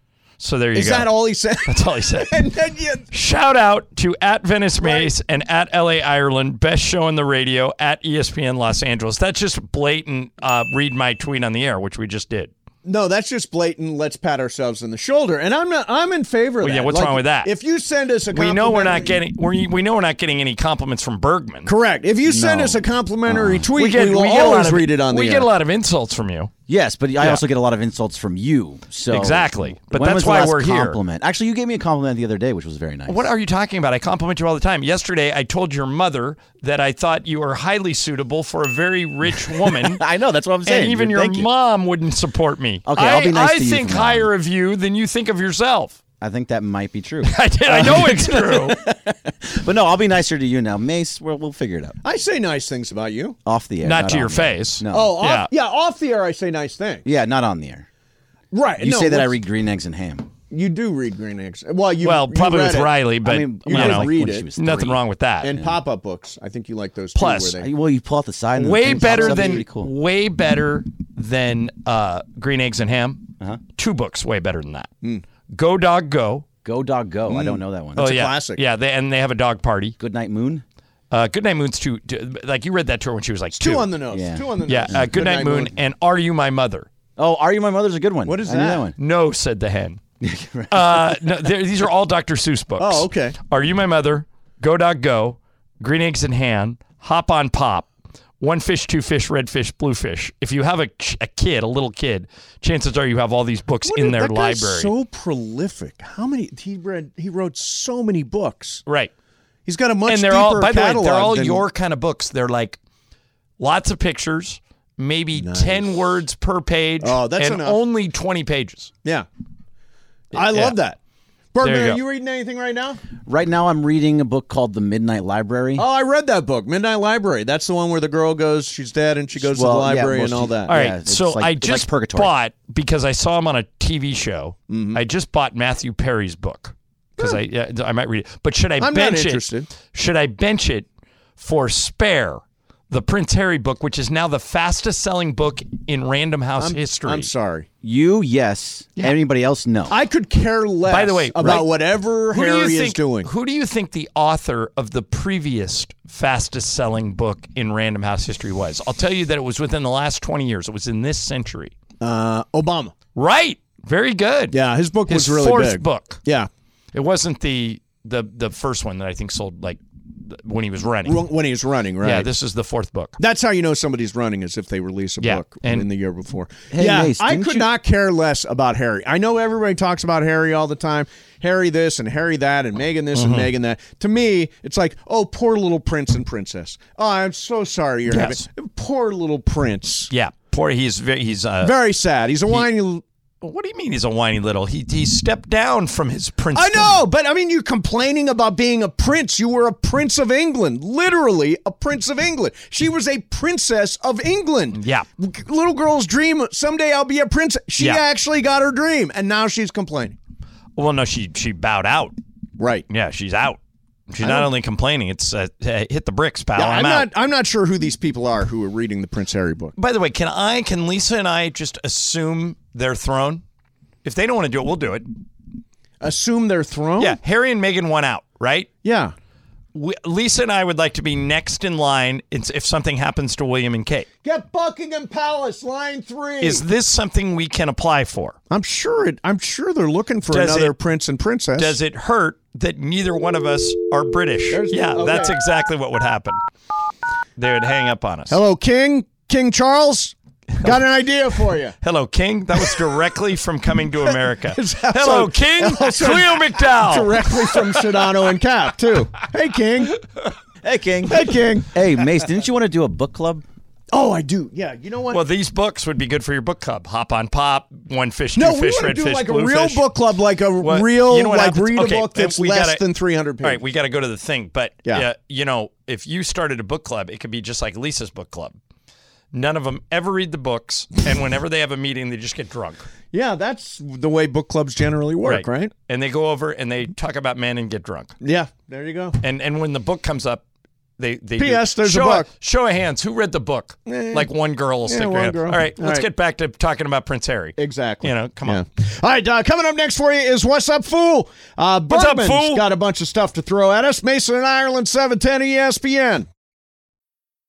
Speaker 1: So there you
Speaker 2: Is
Speaker 1: go.
Speaker 2: that all he said?
Speaker 1: That's all he said.
Speaker 2: and then you,
Speaker 1: Shout out to at Venice Mace and at LA Ireland, best show on the radio at E ESPN Los Angeles. That's just blatant uh, read my tweet on the air, which we just did.
Speaker 2: no, that's just blatant. Let's pat ourselves on the shoulder. And I'm not. I'm in favor of
Speaker 1: Well,
Speaker 2: that.
Speaker 1: yeah, what's wrong with that?
Speaker 2: If you send us a,
Speaker 1: We know we're not
Speaker 2: complimentary-
Speaker 1: getting we we know we're not getting any compliments from Bergman.
Speaker 2: correct. If you send us a complimentary tweet, we, will
Speaker 1: Ah. get a lot
Speaker 2: always
Speaker 1: of-
Speaker 2: read it on
Speaker 1: we
Speaker 2: the
Speaker 1: get
Speaker 2: air.
Speaker 1: a lot of insults from you.
Speaker 3: Yes, but I
Speaker 1: Yeah.
Speaker 3: also get a lot of insults from you. So
Speaker 1: Exactly. But
Speaker 3: When
Speaker 1: that's
Speaker 3: was the
Speaker 1: why
Speaker 3: last
Speaker 1: we're here.
Speaker 3: compliment? Actually, you gave me a compliment the other day, which was very nice.
Speaker 1: What are you talking about? I compliment you all the time. Yesterday, I told your mother that I thought you were highly suitable for a very rich woman.
Speaker 3: I know that's what I'm saying.
Speaker 1: And even
Speaker 3: dude.
Speaker 1: your
Speaker 3: Thank you.
Speaker 1: mom wouldn't support me.
Speaker 3: Okay,
Speaker 1: I,
Speaker 3: I'll be nice
Speaker 1: I
Speaker 3: to you
Speaker 1: think
Speaker 3: from now on.
Speaker 1: higher of you than you think of yourself.
Speaker 3: I think that might be true.
Speaker 1: I did. I know it's true.
Speaker 3: but no, I'll be nicer to you now, Mace. We'll, we'll figure it out
Speaker 2: I say nice things about you.
Speaker 1: Oh.
Speaker 3: off the air.
Speaker 1: Not to
Speaker 3: on
Speaker 1: your
Speaker 3: the
Speaker 1: face.
Speaker 3: air. No.
Speaker 2: Oh,
Speaker 3: yeah.
Speaker 2: off, yeah. Off the air, I say nice things.
Speaker 3: Yeah, not on the air.
Speaker 2: Right.
Speaker 3: You
Speaker 2: no,
Speaker 3: say that I
Speaker 2: what's-
Speaker 3: read green eggs and ham.
Speaker 2: You do read Green Eggs. Well, you
Speaker 1: well,
Speaker 2: you
Speaker 1: probably
Speaker 2: read
Speaker 1: with
Speaker 2: it.
Speaker 1: Riley, but
Speaker 2: I mean,
Speaker 1: you
Speaker 2: you did
Speaker 1: know,
Speaker 2: read
Speaker 3: when
Speaker 2: it.
Speaker 3: she was
Speaker 1: nothing
Speaker 3: three.
Speaker 1: wrong with that.
Speaker 2: and pop-up books. I think you like those
Speaker 1: Plus,
Speaker 2: too. Where they,
Speaker 3: Well, you pull out the side. And
Speaker 1: way
Speaker 3: the thing pops
Speaker 1: better
Speaker 3: up. It's
Speaker 1: than
Speaker 3: pretty cool.
Speaker 1: way better than uh, Green Eggs and Ham. Two books, way better than that. Go Dog Go.
Speaker 3: Go dog go. I don't know that one.
Speaker 1: oh yeah, Yeah, they, and they have a dog party.
Speaker 3: Good night moon.
Speaker 1: Uh, Goodnight Moon's two, two- Like you read that to her when she was like two.
Speaker 2: two on the nose.
Speaker 3: Yeah.
Speaker 2: Two on the nose.
Speaker 1: yeah, uh, Goodnight, Moon, and Are You My Mother?
Speaker 3: Oh, are you my mother's a good one.
Speaker 2: What is
Speaker 3: I knew
Speaker 2: that?
Speaker 3: one?
Speaker 1: No, said the hen. uh, no, they're- these are all Dr. Seuss books.
Speaker 2: Oh, okay.
Speaker 1: Are You My Mother? Go Dog Go. Green Eggs in Hand. Hop on Pop. One fish, two fish, red fish, blue fish. If you have a, ch- a kid, a little kid, chances are you have all these books
Speaker 2: What
Speaker 1: in
Speaker 2: is-
Speaker 1: their
Speaker 2: that guy's
Speaker 1: library.
Speaker 2: so prolific. How many he read? He wrote so many books.
Speaker 1: right.
Speaker 2: He's got a much
Speaker 1: and they're
Speaker 2: deeper
Speaker 1: all by the way
Speaker 2: catalog
Speaker 1: they're all
Speaker 2: than-
Speaker 1: your kind of books they're like lots of pictures maybe 10 words per page
Speaker 2: Oh, that's
Speaker 1: and
Speaker 2: enough.
Speaker 1: only 20 pages
Speaker 2: Yeah, I
Speaker 1: Yeah.
Speaker 2: love that. Bergman,
Speaker 1: There
Speaker 2: are
Speaker 1: you go.
Speaker 2: you reading anything right now?
Speaker 3: Right now, I'm reading a book called The Midnight Library.
Speaker 2: Oh, I read that book, Midnight Library. That's the one where the girl goes, she's dead, and she goes
Speaker 3: Well,
Speaker 2: to the
Speaker 3: yeah,
Speaker 2: library
Speaker 3: well,
Speaker 2: and all
Speaker 3: she-
Speaker 2: that.
Speaker 1: all right
Speaker 3: Yeah, it's
Speaker 1: so
Speaker 3: like-
Speaker 1: i
Speaker 3: it's
Speaker 1: just
Speaker 3: like purgatory.
Speaker 1: bought because i saw him on a tv show
Speaker 2: Mm-hmm.
Speaker 1: i just bought matthew perry's book because i yeah, i might read it but should i
Speaker 2: I'm not
Speaker 1: bench
Speaker 2: interested.
Speaker 1: it should i bench it for spare the prince harry book which is now the fastest selling book in random house history
Speaker 2: I'm sorry.
Speaker 3: You yes. Anybody else no.
Speaker 2: I could care less.
Speaker 1: By the way,
Speaker 2: about
Speaker 1: right.
Speaker 2: whatever
Speaker 1: Who do you
Speaker 2: Harry
Speaker 1: think-
Speaker 2: is doing.
Speaker 1: Who do you think the author of the previous fastest selling book in Random House history was? I'll tell you that it was within the last 20 years. It was in this century.
Speaker 2: Uh, Obama.
Speaker 1: Right. Very good.
Speaker 2: Yeah, his book
Speaker 1: His
Speaker 2: was really
Speaker 1: fourth
Speaker 2: big.
Speaker 1: book.
Speaker 2: Yeah,
Speaker 1: It wasn't the the the first one that I think sold like when he was running.
Speaker 2: When he was running, right?
Speaker 1: Yeah, this is the fourth book.
Speaker 2: That's how you know somebody's running is if they release a
Speaker 1: Yeah,
Speaker 2: book
Speaker 1: and-
Speaker 2: in the year before.
Speaker 1: Hey,
Speaker 2: yeah,
Speaker 1: Mace,
Speaker 2: I
Speaker 1: didn't
Speaker 2: could
Speaker 1: you-
Speaker 2: not care less about Harry. I know everybody talks about Harry all the time. Harry this and Harry that and Megan this
Speaker 1: Mhm.
Speaker 2: and Megan that. To me, it's like, oh, poor little prince and princess. Oh, I'm so sorry you're
Speaker 1: Yes.
Speaker 2: having poor little prince.
Speaker 1: Yeah, poor. He's very. He's uh,
Speaker 2: Very sad. He's a whiny.
Speaker 1: What do you mean he's a whiny little? He he stepped down from his prince.
Speaker 2: I know, but I mean, you're complaining about being a prince. You were a prince of England, literally a prince of England. She was a princess of England.
Speaker 1: Yeah.
Speaker 2: Little girl's dream someday I'll be a prince. She
Speaker 1: Yeah.
Speaker 2: actually got her dream, and now she's complaining.
Speaker 1: Well, no, she she bowed out.
Speaker 2: Right.
Speaker 1: Yeah, she's out. She's
Speaker 2: I
Speaker 1: not
Speaker 2: don't-
Speaker 1: only complaining; it's uh, hey, hit the bricks, pal.
Speaker 2: Yeah,
Speaker 1: I'm,
Speaker 2: I'm,
Speaker 1: out.
Speaker 2: not. I'm not sure who these people are who are reading the Prince Harry book.
Speaker 1: By the way, can I, can Lisa and I just assume their throne? If they don't want to do it, we'll do it.
Speaker 2: Assume their throne?
Speaker 1: Yeah. Harry and Meghan won out, right?
Speaker 2: Yeah.
Speaker 1: We, Lisa and I would like to be next in line it's- if something happens to William and Kate.
Speaker 2: Get Buckingham Palace, line three.
Speaker 1: Is this something we can apply for?
Speaker 2: I'm sure it. I'm sure they're looking for
Speaker 1: Does
Speaker 2: another
Speaker 1: it-
Speaker 2: prince and princess.
Speaker 1: Does it hurt that neither one of us are British?
Speaker 2: There's-
Speaker 1: yeah,
Speaker 2: okay.
Speaker 1: that's exactly what would happen. They would hang up on us.
Speaker 2: Hello, King. King Charles. Got an idea for you.
Speaker 1: Hello, King. That was directly from Coming to America. Hello,
Speaker 2: Also-
Speaker 1: King.
Speaker 2: also
Speaker 1: Cleo McDowell.
Speaker 2: Directly from Shadano and Cap, too. Hey, King.
Speaker 3: Hey, King.
Speaker 2: Hey, King.
Speaker 3: Hey, Mace, didn't you want to do a book club?
Speaker 2: Oh, I do. Yeah, you know what?
Speaker 1: Well, these books would be good for your book club. Hop on pop, one fish,
Speaker 2: no,
Speaker 1: two
Speaker 2: we
Speaker 1: fish,
Speaker 2: want to
Speaker 1: red
Speaker 2: do
Speaker 1: fish,
Speaker 2: like a
Speaker 1: blue
Speaker 2: real
Speaker 1: fish.
Speaker 2: book club, like a
Speaker 1: What-
Speaker 2: real,
Speaker 1: you know what
Speaker 2: like
Speaker 1: happens-
Speaker 2: read
Speaker 1: okay,
Speaker 2: a book
Speaker 1: then
Speaker 2: that's
Speaker 1: we
Speaker 2: less
Speaker 1: gotta-
Speaker 2: than 300 pages.
Speaker 1: All right, we got to go to the thing. But
Speaker 2: Yeah.
Speaker 1: yeah. you know, if you started a book club, it could be just like Lisa's book club. None of them ever read the books, and whenever they have a meeting, they just get drunk.
Speaker 2: Yeah, that's the way book clubs generally work, right?
Speaker 1: And they go over and they talk about men and get drunk.
Speaker 2: Yeah, there you go.
Speaker 1: And and when the book comes up, they they do-
Speaker 2: P.S. there's a
Speaker 1: show
Speaker 2: book.
Speaker 1: show of hands, who read the book?
Speaker 2: Eh.
Speaker 1: like one girl will
Speaker 2: Yeah,
Speaker 1: stick her
Speaker 2: one
Speaker 1: hand up.
Speaker 2: girl.
Speaker 1: All right,
Speaker 2: All
Speaker 1: let's
Speaker 2: right.
Speaker 1: get back to talking about Prince Harry.
Speaker 2: Exactly.
Speaker 1: You know, come on.
Speaker 2: All right, uh, coming up next for you is What's Up, Fool? Uh,
Speaker 1: What's Up,
Speaker 2: Bergman's
Speaker 1: Fool?
Speaker 2: got a bunch of stuff to throw at us. Mason and Ireland, E 710 ESPN.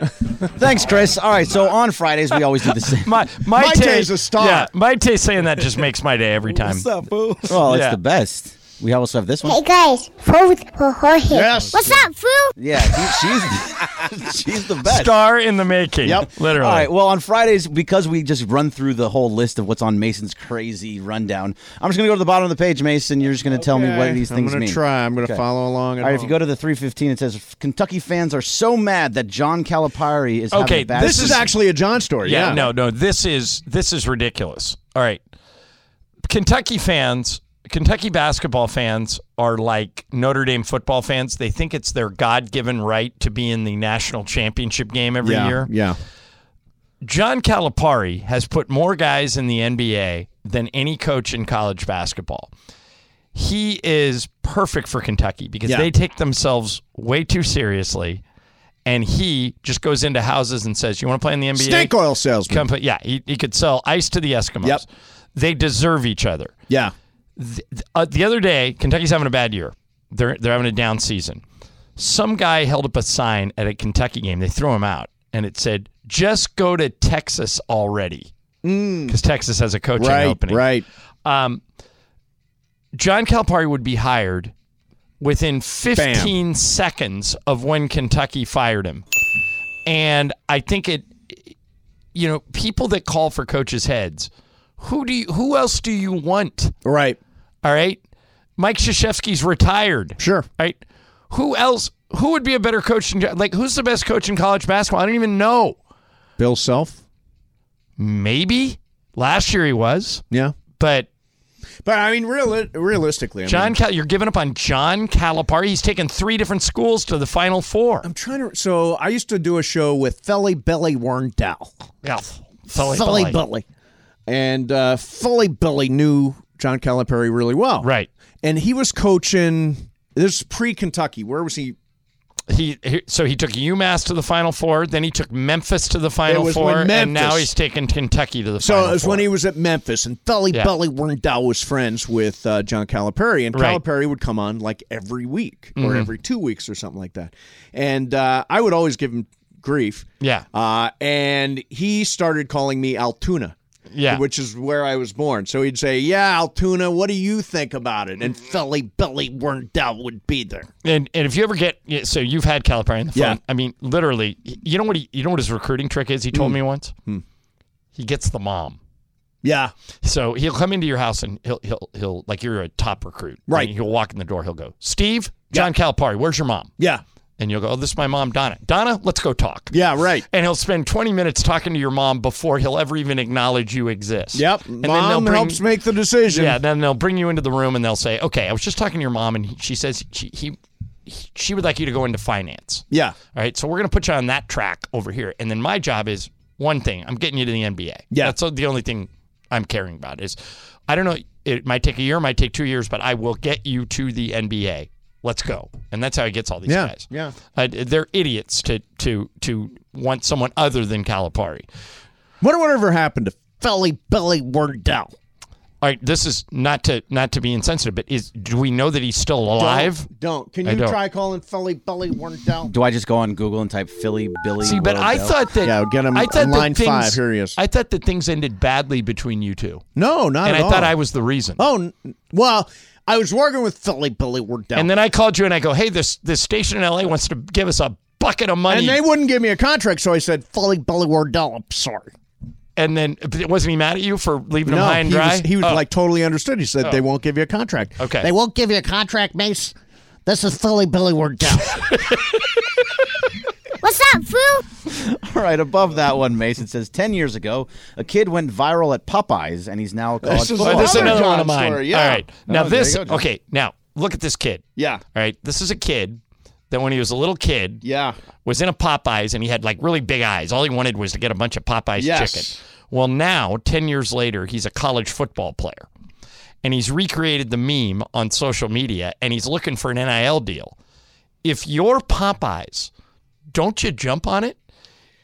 Speaker 3: Thanks, Chris. All right, so on Fridays we always do the same.
Speaker 1: my my,
Speaker 3: My day's a star.
Speaker 1: Yeah, my Tay saying that just makes my day every time.
Speaker 3: Well, it's
Speaker 1: Yeah.
Speaker 3: the best. We also have this one.
Speaker 15: guys, food for her
Speaker 3: Yes. What's
Speaker 15: up, food?
Speaker 3: Yeah, she- she's she's the best.
Speaker 1: Star in the making.
Speaker 3: Yep,
Speaker 1: literally.
Speaker 3: All right. Well, on Fridays, because we just run through the whole list of what's on Mason's crazy rundown, I'm just gonna go to the bottom of the page, Mason. You're just gonna tell me what
Speaker 2: Okay,
Speaker 3: these
Speaker 2: I'm
Speaker 3: things
Speaker 2: gonna
Speaker 3: mean.
Speaker 2: try. I'm gonna follow along at
Speaker 3: All right. If you go
Speaker 2: home.
Speaker 3: to the 315, it says Kentucky fans are so mad that John Calipari is Having a bad
Speaker 2: this is actually a John story. Yeah,
Speaker 1: No, no. This is this is ridiculous. All right. Kentucky fans, Kentucky basketball fans are like Notre Dame football fans. They think it's their God-given right to be in the national championship game every
Speaker 2: yeah,
Speaker 1: year.
Speaker 2: Yeah.
Speaker 1: John Calipari has put more guys in the NBA than any coach in college basketball. He is perfect for Kentucky because
Speaker 16: Yeah.
Speaker 1: they take themselves way too seriously. And he just goes into houses and says, You want to play in the NBA?
Speaker 2: Snake oil salesman.
Speaker 1: Come play- Yeah, he, he could sell ice to the Eskimos. They deserve each other.
Speaker 2: Yeah.
Speaker 1: Th- uh, the other day, Kentucky's having a bad year. They're they're having a down season. Some guy held up a sign at a Kentucky game. They threw him out, and it said, "Just go to Texas already," because Texas has a coaching
Speaker 2: Mm. Right,
Speaker 1: opening.
Speaker 2: Right.
Speaker 1: Um, John Calipari would be hired within 15 seconds of when Kentucky fired him, and I think it. You know, people that call for coaches' heads. Who do you, who else do you want?
Speaker 2: Right.
Speaker 1: All right. Mike Krzyzewski's retired.
Speaker 2: Sure.
Speaker 1: Right. Who else? who would be a better coach? In, like, who's the best coach in college basketball? I don't even know.
Speaker 2: Bill Self?
Speaker 1: Maybe. Last year he was.
Speaker 2: Yeah.
Speaker 1: But
Speaker 2: but I mean, reali- realistically, I
Speaker 1: John,
Speaker 2: mean,
Speaker 1: Cal- you're giving up on John Calipari. He's taken three different schools to the Final Four.
Speaker 2: I'm trying to. So I used to do a show with Felly Belly Warndell.
Speaker 1: Yeah,
Speaker 2: Felly, Belly. and uh, Felly Belly knew John Calipari really well,
Speaker 1: right?
Speaker 2: And he was coaching. This pre Kentucky. Where was he?
Speaker 1: He, he- so he took UMass to the Final Four, then he took Memphis to the Final
Speaker 2: was
Speaker 1: Four,
Speaker 2: when
Speaker 1: and now
Speaker 2: Memphis-
Speaker 1: he's taken Kentucky to the
Speaker 2: So
Speaker 1: Final
Speaker 2: it was
Speaker 1: Four.
Speaker 2: when he was at Memphis, and Felly
Speaker 1: Yeah.
Speaker 2: Belly Warndell was friends with uh, John Calipari, and
Speaker 1: Right.
Speaker 2: Calipari would come on like every week or
Speaker 1: Mhm.
Speaker 2: every two weeks or something like that. And uh, I would always give him grief.
Speaker 1: Yeah.
Speaker 2: Uh, and he started calling me Altoona.
Speaker 1: Yeah.
Speaker 2: Which is where I was born. So he'd say, Yeah, Altoona, what do you think about it? And Felly Belly Warndell would be there.
Speaker 1: And and if you ever get yeah, so you've had Calipari on the phone.
Speaker 2: Yeah.
Speaker 1: I mean, literally, you know what he, you know what his recruiting trick is? He
Speaker 2: Hmm.
Speaker 1: told me once. He gets the mom.
Speaker 2: Yeah.
Speaker 1: So he'll come into your house and he'll he'll he'll like you're a top recruit.
Speaker 2: Right.
Speaker 1: And he'll walk in the door. He'll go, Steve, John Calipari, where's your mom?
Speaker 2: Yeah.
Speaker 1: And you'll go, oh, this is my mom, Donna. Donna, let's go talk.
Speaker 2: Yeah, right.
Speaker 1: And he'll spend 20 minutes talking to your mom before he'll ever even acknowledge you exist.
Speaker 2: Yep.
Speaker 1: And then they'll
Speaker 2: Mom
Speaker 1: bring-
Speaker 2: helps make the decision.
Speaker 1: Yeah, then they'll bring you into the room and they'll say, "Okay, I was just talking to your mom, and he- she says she he, he- she would like you to go into finance.
Speaker 2: Yeah.
Speaker 1: All right, so we're gonna put you on that track over here, and then my job is one thing: I'm getting you to the NBA.
Speaker 2: Yeah.
Speaker 1: that's the only thing I'm caring about is, I don't know, it might take a year, it might take two years, but I will get you to the NBA. Let's go, and that's how he gets all these
Speaker 2: Yeah,
Speaker 1: guys.
Speaker 2: yeah.
Speaker 1: Uh, they're idiots to to to want someone other than Calipari.
Speaker 2: Wonder whatever happened to Felly Belly Warndell.
Speaker 1: All right, this is not to not to be insensitive, but is do we know that he's still alive?
Speaker 2: Don't. don't. Can
Speaker 1: I
Speaker 2: you
Speaker 1: don't.
Speaker 2: try calling Felly Belly Warndell?
Speaker 3: Do I just go on Google and type Philly Billy?
Speaker 1: See, but I
Speaker 3: Wardell?
Speaker 1: thought that
Speaker 2: Yeah, get him
Speaker 1: I thought
Speaker 2: on
Speaker 1: that
Speaker 2: line
Speaker 1: things,
Speaker 2: five. Here he is.
Speaker 1: I thought that things ended badly between you two,
Speaker 2: No, not
Speaker 1: and
Speaker 2: at
Speaker 1: I thought
Speaker 2: all.
Speaker 1: I was the reason.
Speaker 2: Oh, n- well, I was working with Philly Billy Wardell.
Speaker 1: And then I called you and I go, "Hey, this this station in LA wants to give us a bucket of money."
Speaker 2: And they wouldn't give me a contract, so I said, Philly Billy Wardell, I'm sorry.
Speaker 1: And then but wasn't he mad at you for leaving him high and
Speaker 2: he
Speaker 1: dry?
Speaker 2: was, he was
Speaker 1: Oh.
Speaker 2: like totally understood. He said,
Speaker 1: Oh.
Speaker 2: they won't give you a contract.
Speaker 1: Okay.
Speaker 2: They won't give you a contract, Mace. This is Philly Billy Wardell.
Speaker 15: What's up, fool?
Speaker 3: All right, above that one, Mason says 10 years ago, a kid went viral at Popeyes and he's now a college
Speaker 2: This is
Speaker 3: football
Speaker 1: Oh, this is
Speaker 3: player.
Speaker 1: another
Speaker 2: John
Speaker 1: one of mine.
Speaker 2: story, yeah.
Speaker 1: All right. Now
Speaker 2: Oh, there
Speaker 1: this
Speaker 2: you go, John.
Speaker 1: okay. Now look at this kid.
Speaker 2: yeah.
Speaker 1: All right. This is a kid that when he was a little kid
Speaker 2: Yeah.
Speaker 1: was in a Popeyes and he had like really big eyes. All he wanted was to get a bunch of Popeyes
Speaker 2: Yes.
Speaker 1: chicken. Well, now, 10 years later, he's a college football player and he's recreated the meme on social media and he's looking for an NIL deal. If you're Popeyes, don't you jump on it?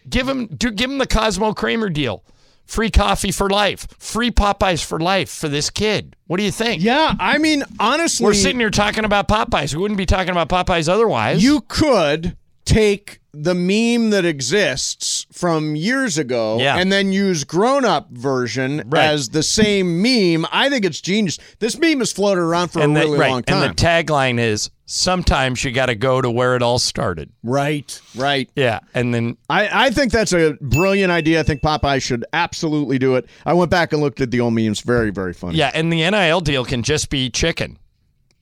Speaker 1: Give him do give him the Cosmo Kramer deal. Free coffee for life. Free Popeyes for life for this kid. What do you think?
Speaker 2: Yeah. I mean, honestly,
Speaker 1: We're sitting here talking about Popeyes. We wouldn't be talking about Popeyes otherwise.
Speaker 2: you could take the meme that exists from years ago
Speaker 1: Yeah.
Speaker 2: and then use grown-up version
Speaker 1: Right.
Speaker 2: as the same meme i think it's genius this meme has floated around for
Speaker 1: and
Speaker 2: a
Speaker 1: the,
Speaker 2: really
Speaker 1: right,
Speaker 2: long time
Speaker 1: And the tagline is sometimes you got to go to where it all started.
Speaker 2: right right
Speaker 1: Yeah. And then
Speaker 2: I, I think that's a brilliant idea. I think Popeye should absolutely do it. I went back and looked at the old memes. Very, very funny.
Speaker 1: yeah, and the NIL deal can just be chicken.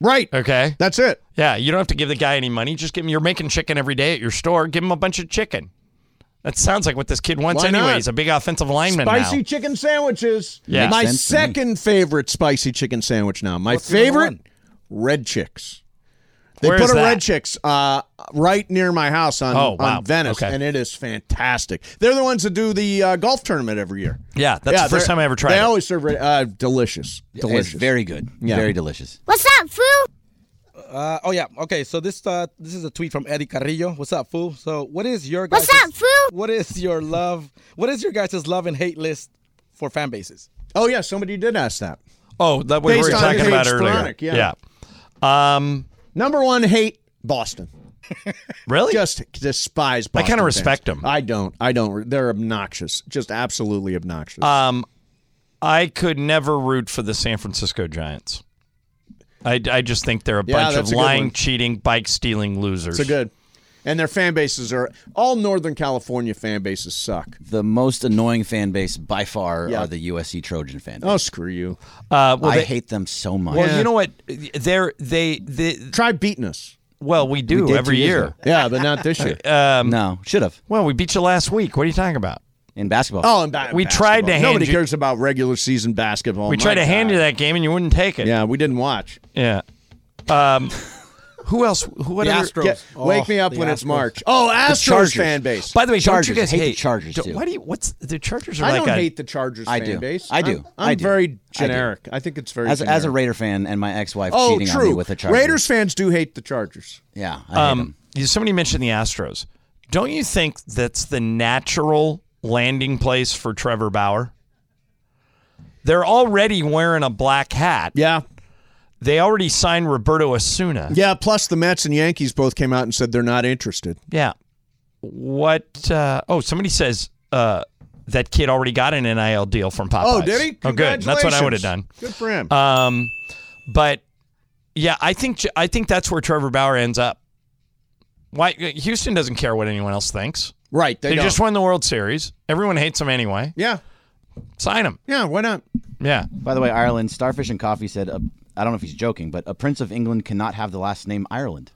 Speaker 2: Right.
Speaker 1: Okay.
Speaker 2: That's it.
Speaker 1: Yeah, you don't have to give the guy any money. Just give him you're making chicken every day at your store. Give him a bunch of chicken. That sounds like what this kid wants
Speaker 2: Why
Speaker 1: anyway.
Speaker 2: not?
Speaker 1: He's a big offensive lineman
Speaker 2: Spicy
Speaker 1: now.
Speaker 2: chicken sandwiches.
Speaker 1: Yeah.
Speaker 2: My
Speaker 3: Makes sense to me.
Speaker 2: second favorite spicy chicken sandwich now. My
Speaker 3: What's the other
Speaker 2: favorite,
Speaker 3: one?
Speaker 2: Red Chicks. They
Speaker 1: Where
Speaker 2: put
Speaker 1: is
Speaker 2: a
Speaker 1: that?
Speaker 2: Red Chicks uh, right near my house on,
Speaker 1: Oh, wow.
Speaker 2: on Venice,
Speaker 1: Okay.
Speaker 2: and it is fantastic. They're the ones that do the uh, golf tournament every year.
Speaker 1: Yeah, that's the first
Speaker 2: they're-
Speaker 1: time I ever tried
Speaker 2: They
Speaker 1: it.
Speaker 2: always serve uh, delicious,
Speaker 3: It's
Speaker 2: delicious.
Speaker 3: very good.
Speaker 2: Yeah.
Speaker 3: Very delicious.
Speaker 15: What's up, fool?
Speaker 17: Uh, oh yeah. Okay. So this uh, this is a tweet from Eddie Carrillo. What's up, fool? So what is your guys?
Speaker 15: What's up, fool?
Speaker 17: What is your love? What is your guys' love and hate list for fan bases?
Speaker 2: oh yeah, somebody did ask that.
Speaker 1: Oh, that we
Speaker 2: Based
Speaker 1: were
Speaker 2: on
Speaker 1: talking
Speaker 2: Cade
Speaker 1: about earlier.
Speaker 2: Stronach, yeah.
Speaker 1: Yeah. Um,
Speaker 2: Number one hate Boston.
Speaker 1: really?
Speaker 2: Just despise.
Speaker 1: I
Speaker 2: Boston
Speaker 1: kinda
Speaker 2: fans.
Speaker 1: respect 'em.
Speaker 2: I don't. I don't. They're obnoxious. Just absolutely obnoxious.
Speaker 1: Um, I could never root for the San Francisco Giants. I, I just think they're a
Speaker 2: Yeah,
Speaker 1: bunch of
Speaker 2: that's a good
Speaker 1: lying,
Speaker 2: one.
Speaker 1: cheating, bike stealing losers.
Speaker 2: So good. And their fan bases are all Northern California fan bases suck.
Speaker 3: The most annoying fan base by far
Speaker 2: Yeah.
Speaker 3: are the USC Trojan fan base.
Speaker 2: Oh, screw you.
Speaker 1: Uh, well,
Speaker 3: I
Speaker 1: they-
Speaker 3: hate them so much.
Speaker 1: Well, you know what? They're they, they
Speaker 2: Try beating us.
Speaker 1: Well, we do
Speaker 2: We did
Speaker 1: every
Speaker 2: two years
Speaker 1: year.
Speaker 2: ago. Yeah, but not this year.
Speaker 3: Uh,
Speaker 1: Um,
Speaker 3: no, should have.
Speaker 1: Well, we beat you last week. What are you talking about?
Speaker 3: In basketball.
Speaker 2: Oh, and ba-
Speaker 1: we tried to
Speaker 2: basketball.
Speaker 1: hand
Speaker 2: Nobody
Speaker 1: you.
Speaker 2: cares about regular season basketball.
Speaker 1: we
Speaker 2: Oh My
Speaker 1: tried to
Speaker 2: God.
Speaker 1: hand you that game and you wouldn't take it.
Speaker 2: Yeah, we didn't watch.
Speaker 1: Yeah. Um, who else? Who? What
Speaker 2: The
Speaker 1: other-
Speaker 2: Astros. Get- wake me up when it's March. Oh,
Speaker 1: oh, The
Speaker 2: Astros
Speaker 1: Chargers.
Speaker 2: fan base.
Speaker 1: By the way,
Speaker 2: Chargers.
Speaker 1: don't you guys
Speaker 2: Hate
Speaker 1: hate,
Speaker 2: the Chargers,
Speaker 1: don't-
Speaker 2: too.
Speaker 1: Why do you? What's the Chargers are
Speaker 2: I
Speaker 1: like?
Speaker 2: don't
Speaker 1: a-
Speaker 2: hate the Chargers
Speaker 3: I
Speaker 2: fan
Speaker 3: do.
Speaker 2: base.
Speaker 3: I do.
Speaker 2: I'm, I'm
Speaker 3: I do. I
Speaker 2: very
Speaker 3: do.
Speaker 2: generic. I, think it's very
Speaker 3: as,
Speaker 2: generic.
Speaker 3: as a Raider fan and my ex-wife
Speaker 2: oh,
Speaker 3: cheating
Speaker 2: true.
Speaker 3: on me with a Chargers.
Speaker 2: Raiders fans do hate the Chargers.
Speaker 3: Yeah. I hate
Speaker 1: Um, you- somebody mentioned the Astros. Don't you think that's the natural landing place for Trevor Bauer? They're already wearing a black hat.
Speaker 2: Yeah.
Speaker 1: They already signed Roberto Asuna.
Speaker 2: Yeah. Plus, the Mets and Yankees both came out and said they're not interested.
Speaker 1: Yeah. What? Uh, oh, somebody says uh, that kid already got an NIL deal from Popeyes.
Speaker 2: Oh, did he?
Speaker 1: Oh, good. That's what I
Speaker 2: Congratulations.
Speaker 1: would have done.
Speaker 2: Good for him.
Speaker 1: Um, but yeah, I think I think that's where Trevor Bauer ends up. Why Houston doesn't care what anyone else thinks.
Speaker 2: Right. They, don't.
Speaker 1: just won the World Series. Everyone hates them anyway.
Speaker 2: Yeah.
Speaker 1: Sign them.
Speaker 2: Yeah. Why not?
Speaker 1: Yeah.
Speaker 2: Oh,
Speaker 3: By the way, Ireland, Starfish and Coffee said, uh, I don't know if he's joking, but a Prince of England cannot have the last name Ireland.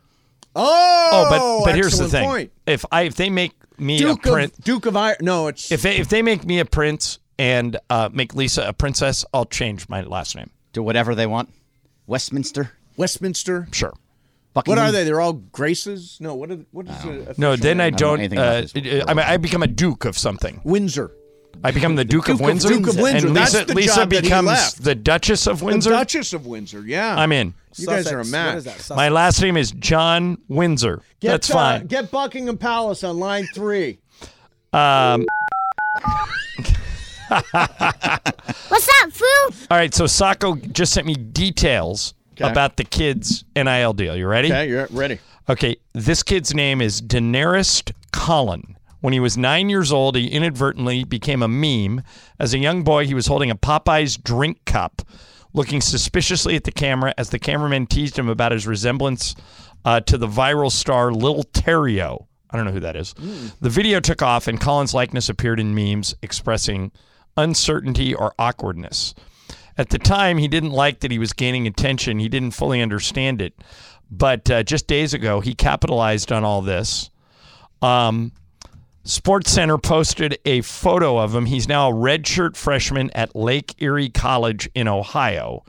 Speaker 2: Oh,
Speaker 1: Oh, but but here's the
Speaker 2: excellent
Speaker 1: thing.
Speaker 2: Point.
Speaker 1: If I if they make me
Speaker 2: Duke
Speaker 1: a prince,
Speaker 2: of Duke of Ireland. No, it's
Speaker 1: if they, if they make me a prince and uh, make Lisa a princess, I'll change my last name.
Speaker 3: Do whatever they want. Westminster.
Speaker 2: Westminster.
Speaker 1: Sure.
Speaker 2: What
Speaker 3: Buckingham.
Speaker 2: are they? They're all graces. No. What? Are, what is it?
Speaker 1: No, then I
Speaker 3: I don't know
Speaker 1: don't.
Speaker 3: anything
Speaker 1: uh,
Speaker 3: about this
Speaker 1: I, mean, I become a duke of something.
Speaker 2: Windsor.
Speaker 1: I become the Duke, of
Speaker 2: Duke of-
Speaker 1: Windsor.
Speaker 2: Duke of Windsor.
Speaker 1: And
Speaker 2: That's
Speaker 1: Lisa,
Speaker 2: the
Speaker 1: Lisa
Speaker 2: job that he
Speaker 1: becomes
Speaker 2: left.
Speaker 1: the Duchess of Windsor.
Speaker 2: The Duchess of Windsor. Yeah.
Speaker 1: I'm in.
Speaker 2: You guys are a
Speaker 17: Sussex.
Speaker 2: match.
Speaker 17: What is that? Sussex.
Speaker 1: My last name is John Windsor.
Speaker 2: Get,
Speaker 1: That's
Speaker 2: uh,
Speaker 1: fine.
Speaker 2: Get Buckingham Palace on line three.
Speaker 1: Um,
Speaker 15: What's up, fool?
Speaker 1: all right. So Sacco just sent me details
Speaker 2: Okay.
Speaker 1: about the kids' NIL deal. You ready?
Speaker 2: Okay, you're ready.
Speaker 1: Okay, this kid's name is Daenerys Collin. When he was nine years old, he inadvertently became a meme. As a young boy, he was holding a Popeye's drink cup, looking suspiciously at the camera as the cameraman teased him about his resemblance uh, to the viral star Lil Terrio. I don't know who that is.
Speaker 2: Hmm.
Speaker 1: The video took off, and Colin's likeness appeared in memes expressing uncertainty or awkwardness. At the time, he didn't like that he was gaining attention. He didn't fully understand it. But uh, just days ago, he capitalized on all this. Um, Sports Center posted a photo of him. He's now a redshirt freshman at Lake Erie College in Ohio.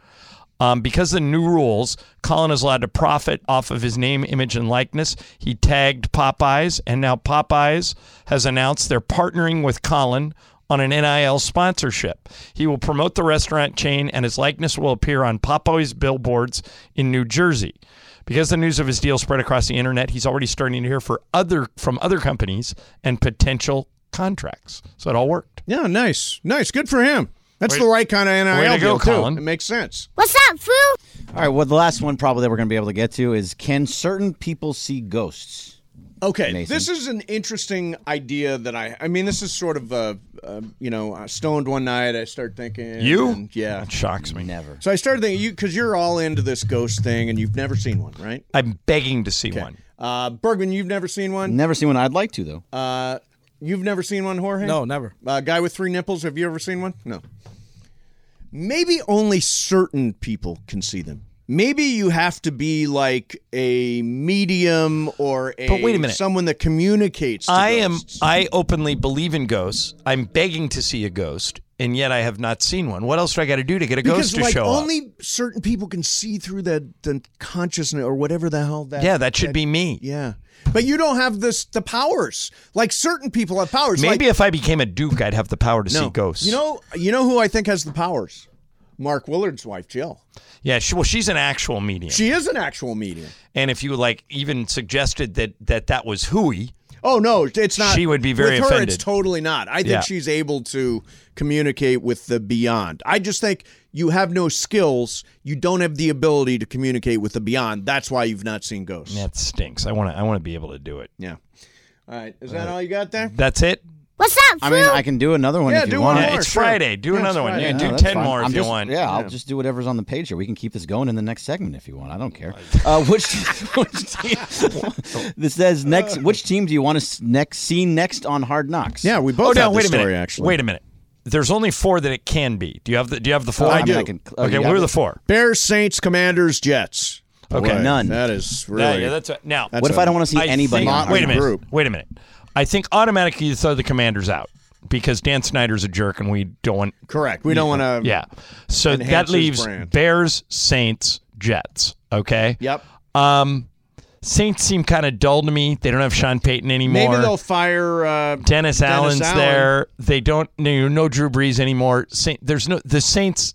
Speaker 1: Um, because of the new rules, Colin is allowed to profit off of his name, image, and likeness. He tagged Popeyes, and now Popeyes has announced they're partnering with Colin on an NIL sponsorship. He will promote the restaurant chain, and his likeness will appear on Popeyes billboards in New Jersey. Because the news of his deal spread across the internet, he's already starting to hear for other from other companies and potential contracts. So it all worked.
Speaker 2: Yeah, nice, nice. Good for him. That's
Speaker 1: Way-
Speaker 2: the right kind of NIL
Speaker 1: way to go,
Speaker 2: deal, too.
Speaker 1: Colin.
Speaker 2: It makes sense.
Speaker 15: What's up, fool?
Speaker 3: All right. Well, the last one probably that we're going to be able to get to is can certain people see ghosts?
Speaker 2: Okay,
Speaker 3: Nathan.
Speaker 2: this is an interesting idea that I. I mean, this is sort of a, uh you know, I stoned one night. I start thinking
Speaker 1: You?
Speaker 2: and- yeah.
Speaker 1: That shocks me.
Speaker 3: Never.
Speaker 2: So I started thinking you because you're all into this ghost thing and you've never seen one, right?
Speaker 1: I'm begging to see one.
Speaker 2: Uh, Bergman, you've never seen one.
Speaker 3: Never seen one. I'd like to, though.
Speaker 2: Uh, you've never seen one, Jorge?
Speaker 17: No, never.
Speaker 2: Uh, guy with three nipples. Have you ever seen one? No. Maybe only certain people can see them. Maybe you have to be like a medium or a
Speaker 1: But wait a minute.
Speaker 2: someone that communicates. To
Speaker 1: I am.
Speaker 2: ghosts.
Speaker 1: I openly believe in ghosts. I'm begging to see a ghost, and yet I have not seen one. What else do I got to do to get a
Speaker 2: because
Speaker 1: ghost to
Speaker 2: like
Speaker 1: show
Speaker 2: only
Speaker 1: up?
Speaker 2: certain people can see through the the consciousness or whatever the hell that.
Speaker 1: Yeah, that should be me.
Speaker 2: Yeah, but you don't have this the powers. Like certain people have powers.
Speaker 1: Maybe
Speaker 2: like,
Speaker 1: if I became a duke, I'd have the power to see ghosts.
Speaker 2: You know, you know who I think has the powers. Mark Willard's wife, Jill.
Speaker 1: yeah. She, well, she's an actual medium,
Speaker 2: She is an actual medium.
Speaker 1: and if you like even suggested that that that was hooey,
Speaker 2: Oh no, it's not.
Speaker 1: She would be very
Speaker 2: with her,
Speaker 1: offended.
Speaker 2: It's totally not. I think
Speaker 1: Yeah.
Speaker 2: she's able to communicate with the beyond. I just think you have no skills. You don't have the ability to communicate with the beyond. That's why you've not seen ghosts.
Speaker 1: that stinks. I want to. I want to be able to do it.
Speaker 2: Yeah. All right. Is that all you got there?
Speaker 1: That's it.
Speaker 15: What's up, fool?
Speaker 3: I mean, I can do another one
Speaker 2: Yeah,
Speaker 3: if you
Speaker 2: do
Speaker 3: want.
Speaker 2: one
Speaker 1: Yeah,
Speaker 2: more,
Speaker 1: it's
Speaker 2: sure.
Speaker 1: Friday. Do
Speaker 2: Yeah, it's
Speaker 1: another one.
Speaker 2: Friday.
Speaker 1: Yeah,
Speaker 2: Yeah,
Speaker 1: do
Speaker 3: that's
Speaker 1: ten
Speaker 3: fine.
Speaker 1: more
Speaker 3: I'm
Speaker 1: if you
Speaker 3: just-
Speaker 1: want.
Speaker 3: Yeah, I'll just do whatever's on the page here. We can keep this going in the next segment if you want. I don't care. Uh, which, which team? this says next. Which team do you want to s- next see next on Hard Knocks?
Speaker 2: Yeah, we
Speaker 1: Oh
Speaker 2: both
Speaker 1: no!
Speaker 2: have
Speaker 1: Wait
Speaker 2: the
Speaker 1: a minute.
Speaker 2: story actually.
Speaker 1: Wait a minute. There's only four that it can be. Do you have the Do you have the four?
Speaker 2: I do.
Speaker 3: can- oh,
Speaker 1: okay,
Speaker 3: you
Speaker 1: who
Speaker 3: have
Speaker 1: are the
Speaker 3: it?
Speaker 1: four?
Speaker 2: Bears, Saints, Commanders, Jets.
Speaker 3: Okay,
Speaker 2: Boy,
Speaker 3: none.
Speaker 2: That is really.
Speaker 1: Yeah, yeah, that's right. Now,
Speaker 3: what if I don't want to see
Speaker 1: I
Speaker 3: anybody?
Speaker 1: think-
Speaker 3: on
Speaker 1: wait a
Speaker 3: Hardwood?
Speaker 1: minute. Wait a minute. I think automatically you throw the commanders out because Dan Snyder's a jerk, and we don't want.
Speaker 2: Correct. We don't wanna
Speaker 1: Yeah. So
Speaker 2: enhance
Speaker 1: that
Speaker 2: his
Speaker 1: leaves
Speaker 2: brand.
Speaker 1: Bears, Saints, Jets. Okay.
Speaker 2: Yep.
Speaker 1: Um, Saints seem kind of dull to me. They don't have Sean Payton anymore.
Speaker 2: Maybe they'll fire uh,
Speaker 1: Dennis, Allen's
Speaker 2: Allen.
Speaker 1: there. They don't. No, no Drew Brees anymore. Saint, there's no the Saints.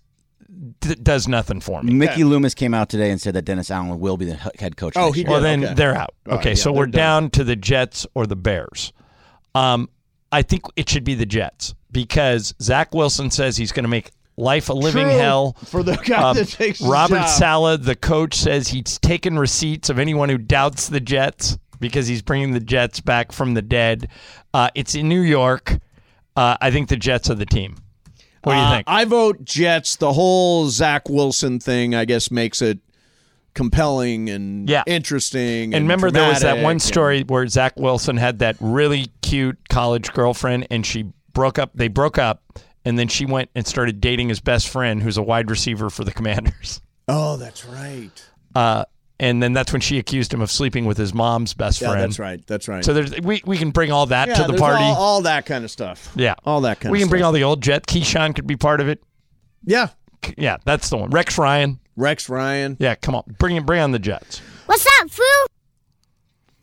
Speaker 1: d- does nothing for me.
Speaker 3: Mickey Loomis came out today and said that Dennis Allen will be the he- head coach.
Speaker 1: Oh,
Speaker 3: next
Speaker 1: he
Speaker 3: year.
Speaker 1: Well, then they're out. Okay, so we're down to the Jets or the Bears. Um, I think it should be the Jets because Zach Wilson says he's going to make life a living
Speaker 2: True,
Speaker 1: hell um,
Speaker 2: for the guy that takes his
Speaker 1: Robert
Speaker 2: job.
Speaker 1: Sala, the coach, says he's taken receipts of anyone who doubts the Jets because he's bringing the Jets back from the dead. Uh, it's in New York. Uh, I think the Jets are the team. What do you
Speaker 2: Uh,
Speaker 1: think?
Speaker 2: I vote Jets. The whole Zach Wilson thing, I guess, makes it compelling and
Speaker 1: Yeah.
Speaker 2: interesting. And,
Speaker 1: And remember, there was that
Speaker 2: dramatic
Speaker 1: one
Speaker 2: and-
Speaker 1: story where Zach Wilson had that really cute college girlfriend, and she broke up. They broke up, and then she went and started dating his best friend, who's a wide receiver for the Commanders.
Speaker 2: Oh, that's right.
Speaker 1: Uh, and then that's when she accused him of sleeping with his mom's best
Speaker 2: Yeah,
Speaker 1: friend.
Speaker 2: that's right. That's right.
Speaker 1: So there's, we we can bring all that
Speaker 2: Yeah,
Speaker 1: to the
Speaker 2: there's
Speaker 1: party.
Speaker 2: All, all that kind of stuff.
Speaker 1: yeah,
Speaker 2: All that kind
Speaker 1: we
Speaker 2: of
Speaker 1: can bring
Speaker 2: stuff.
Speaker 1: all the old jet. Keyshawn could be part of it.
Speaker 2: Yeah.
Speaker 1: Yeah, that's the one. Rex Ryan.
Speaker 2: Rex Ryan.
Speaker 1: Yeah, come on, bring it, bring on the Jets.
Speaker 15: What's up, fool?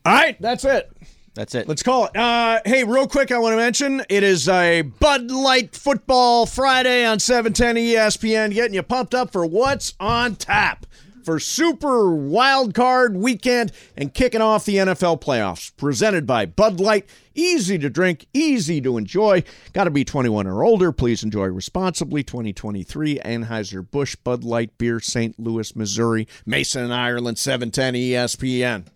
Speaker 2: All right, that's it.
Speaker 3: That's it.
Speaker 2: Let's call it. Uh, hey, real quick, I want to mention it is a Bud Light Football Friday on E 710 ESPN, getting you pumped up for what's on tap for Super Wild Card Weekend and kicking off the NFL playoffs. Presented by Bud Light. Easy to drink, easy to enjoy. Got to be 21 or older. Please enjoy responsibly. 2023 E Anheuser-Busch Bud Light Beer, St. Louis, Missouri, Mason, Ireland, 710 ESPN.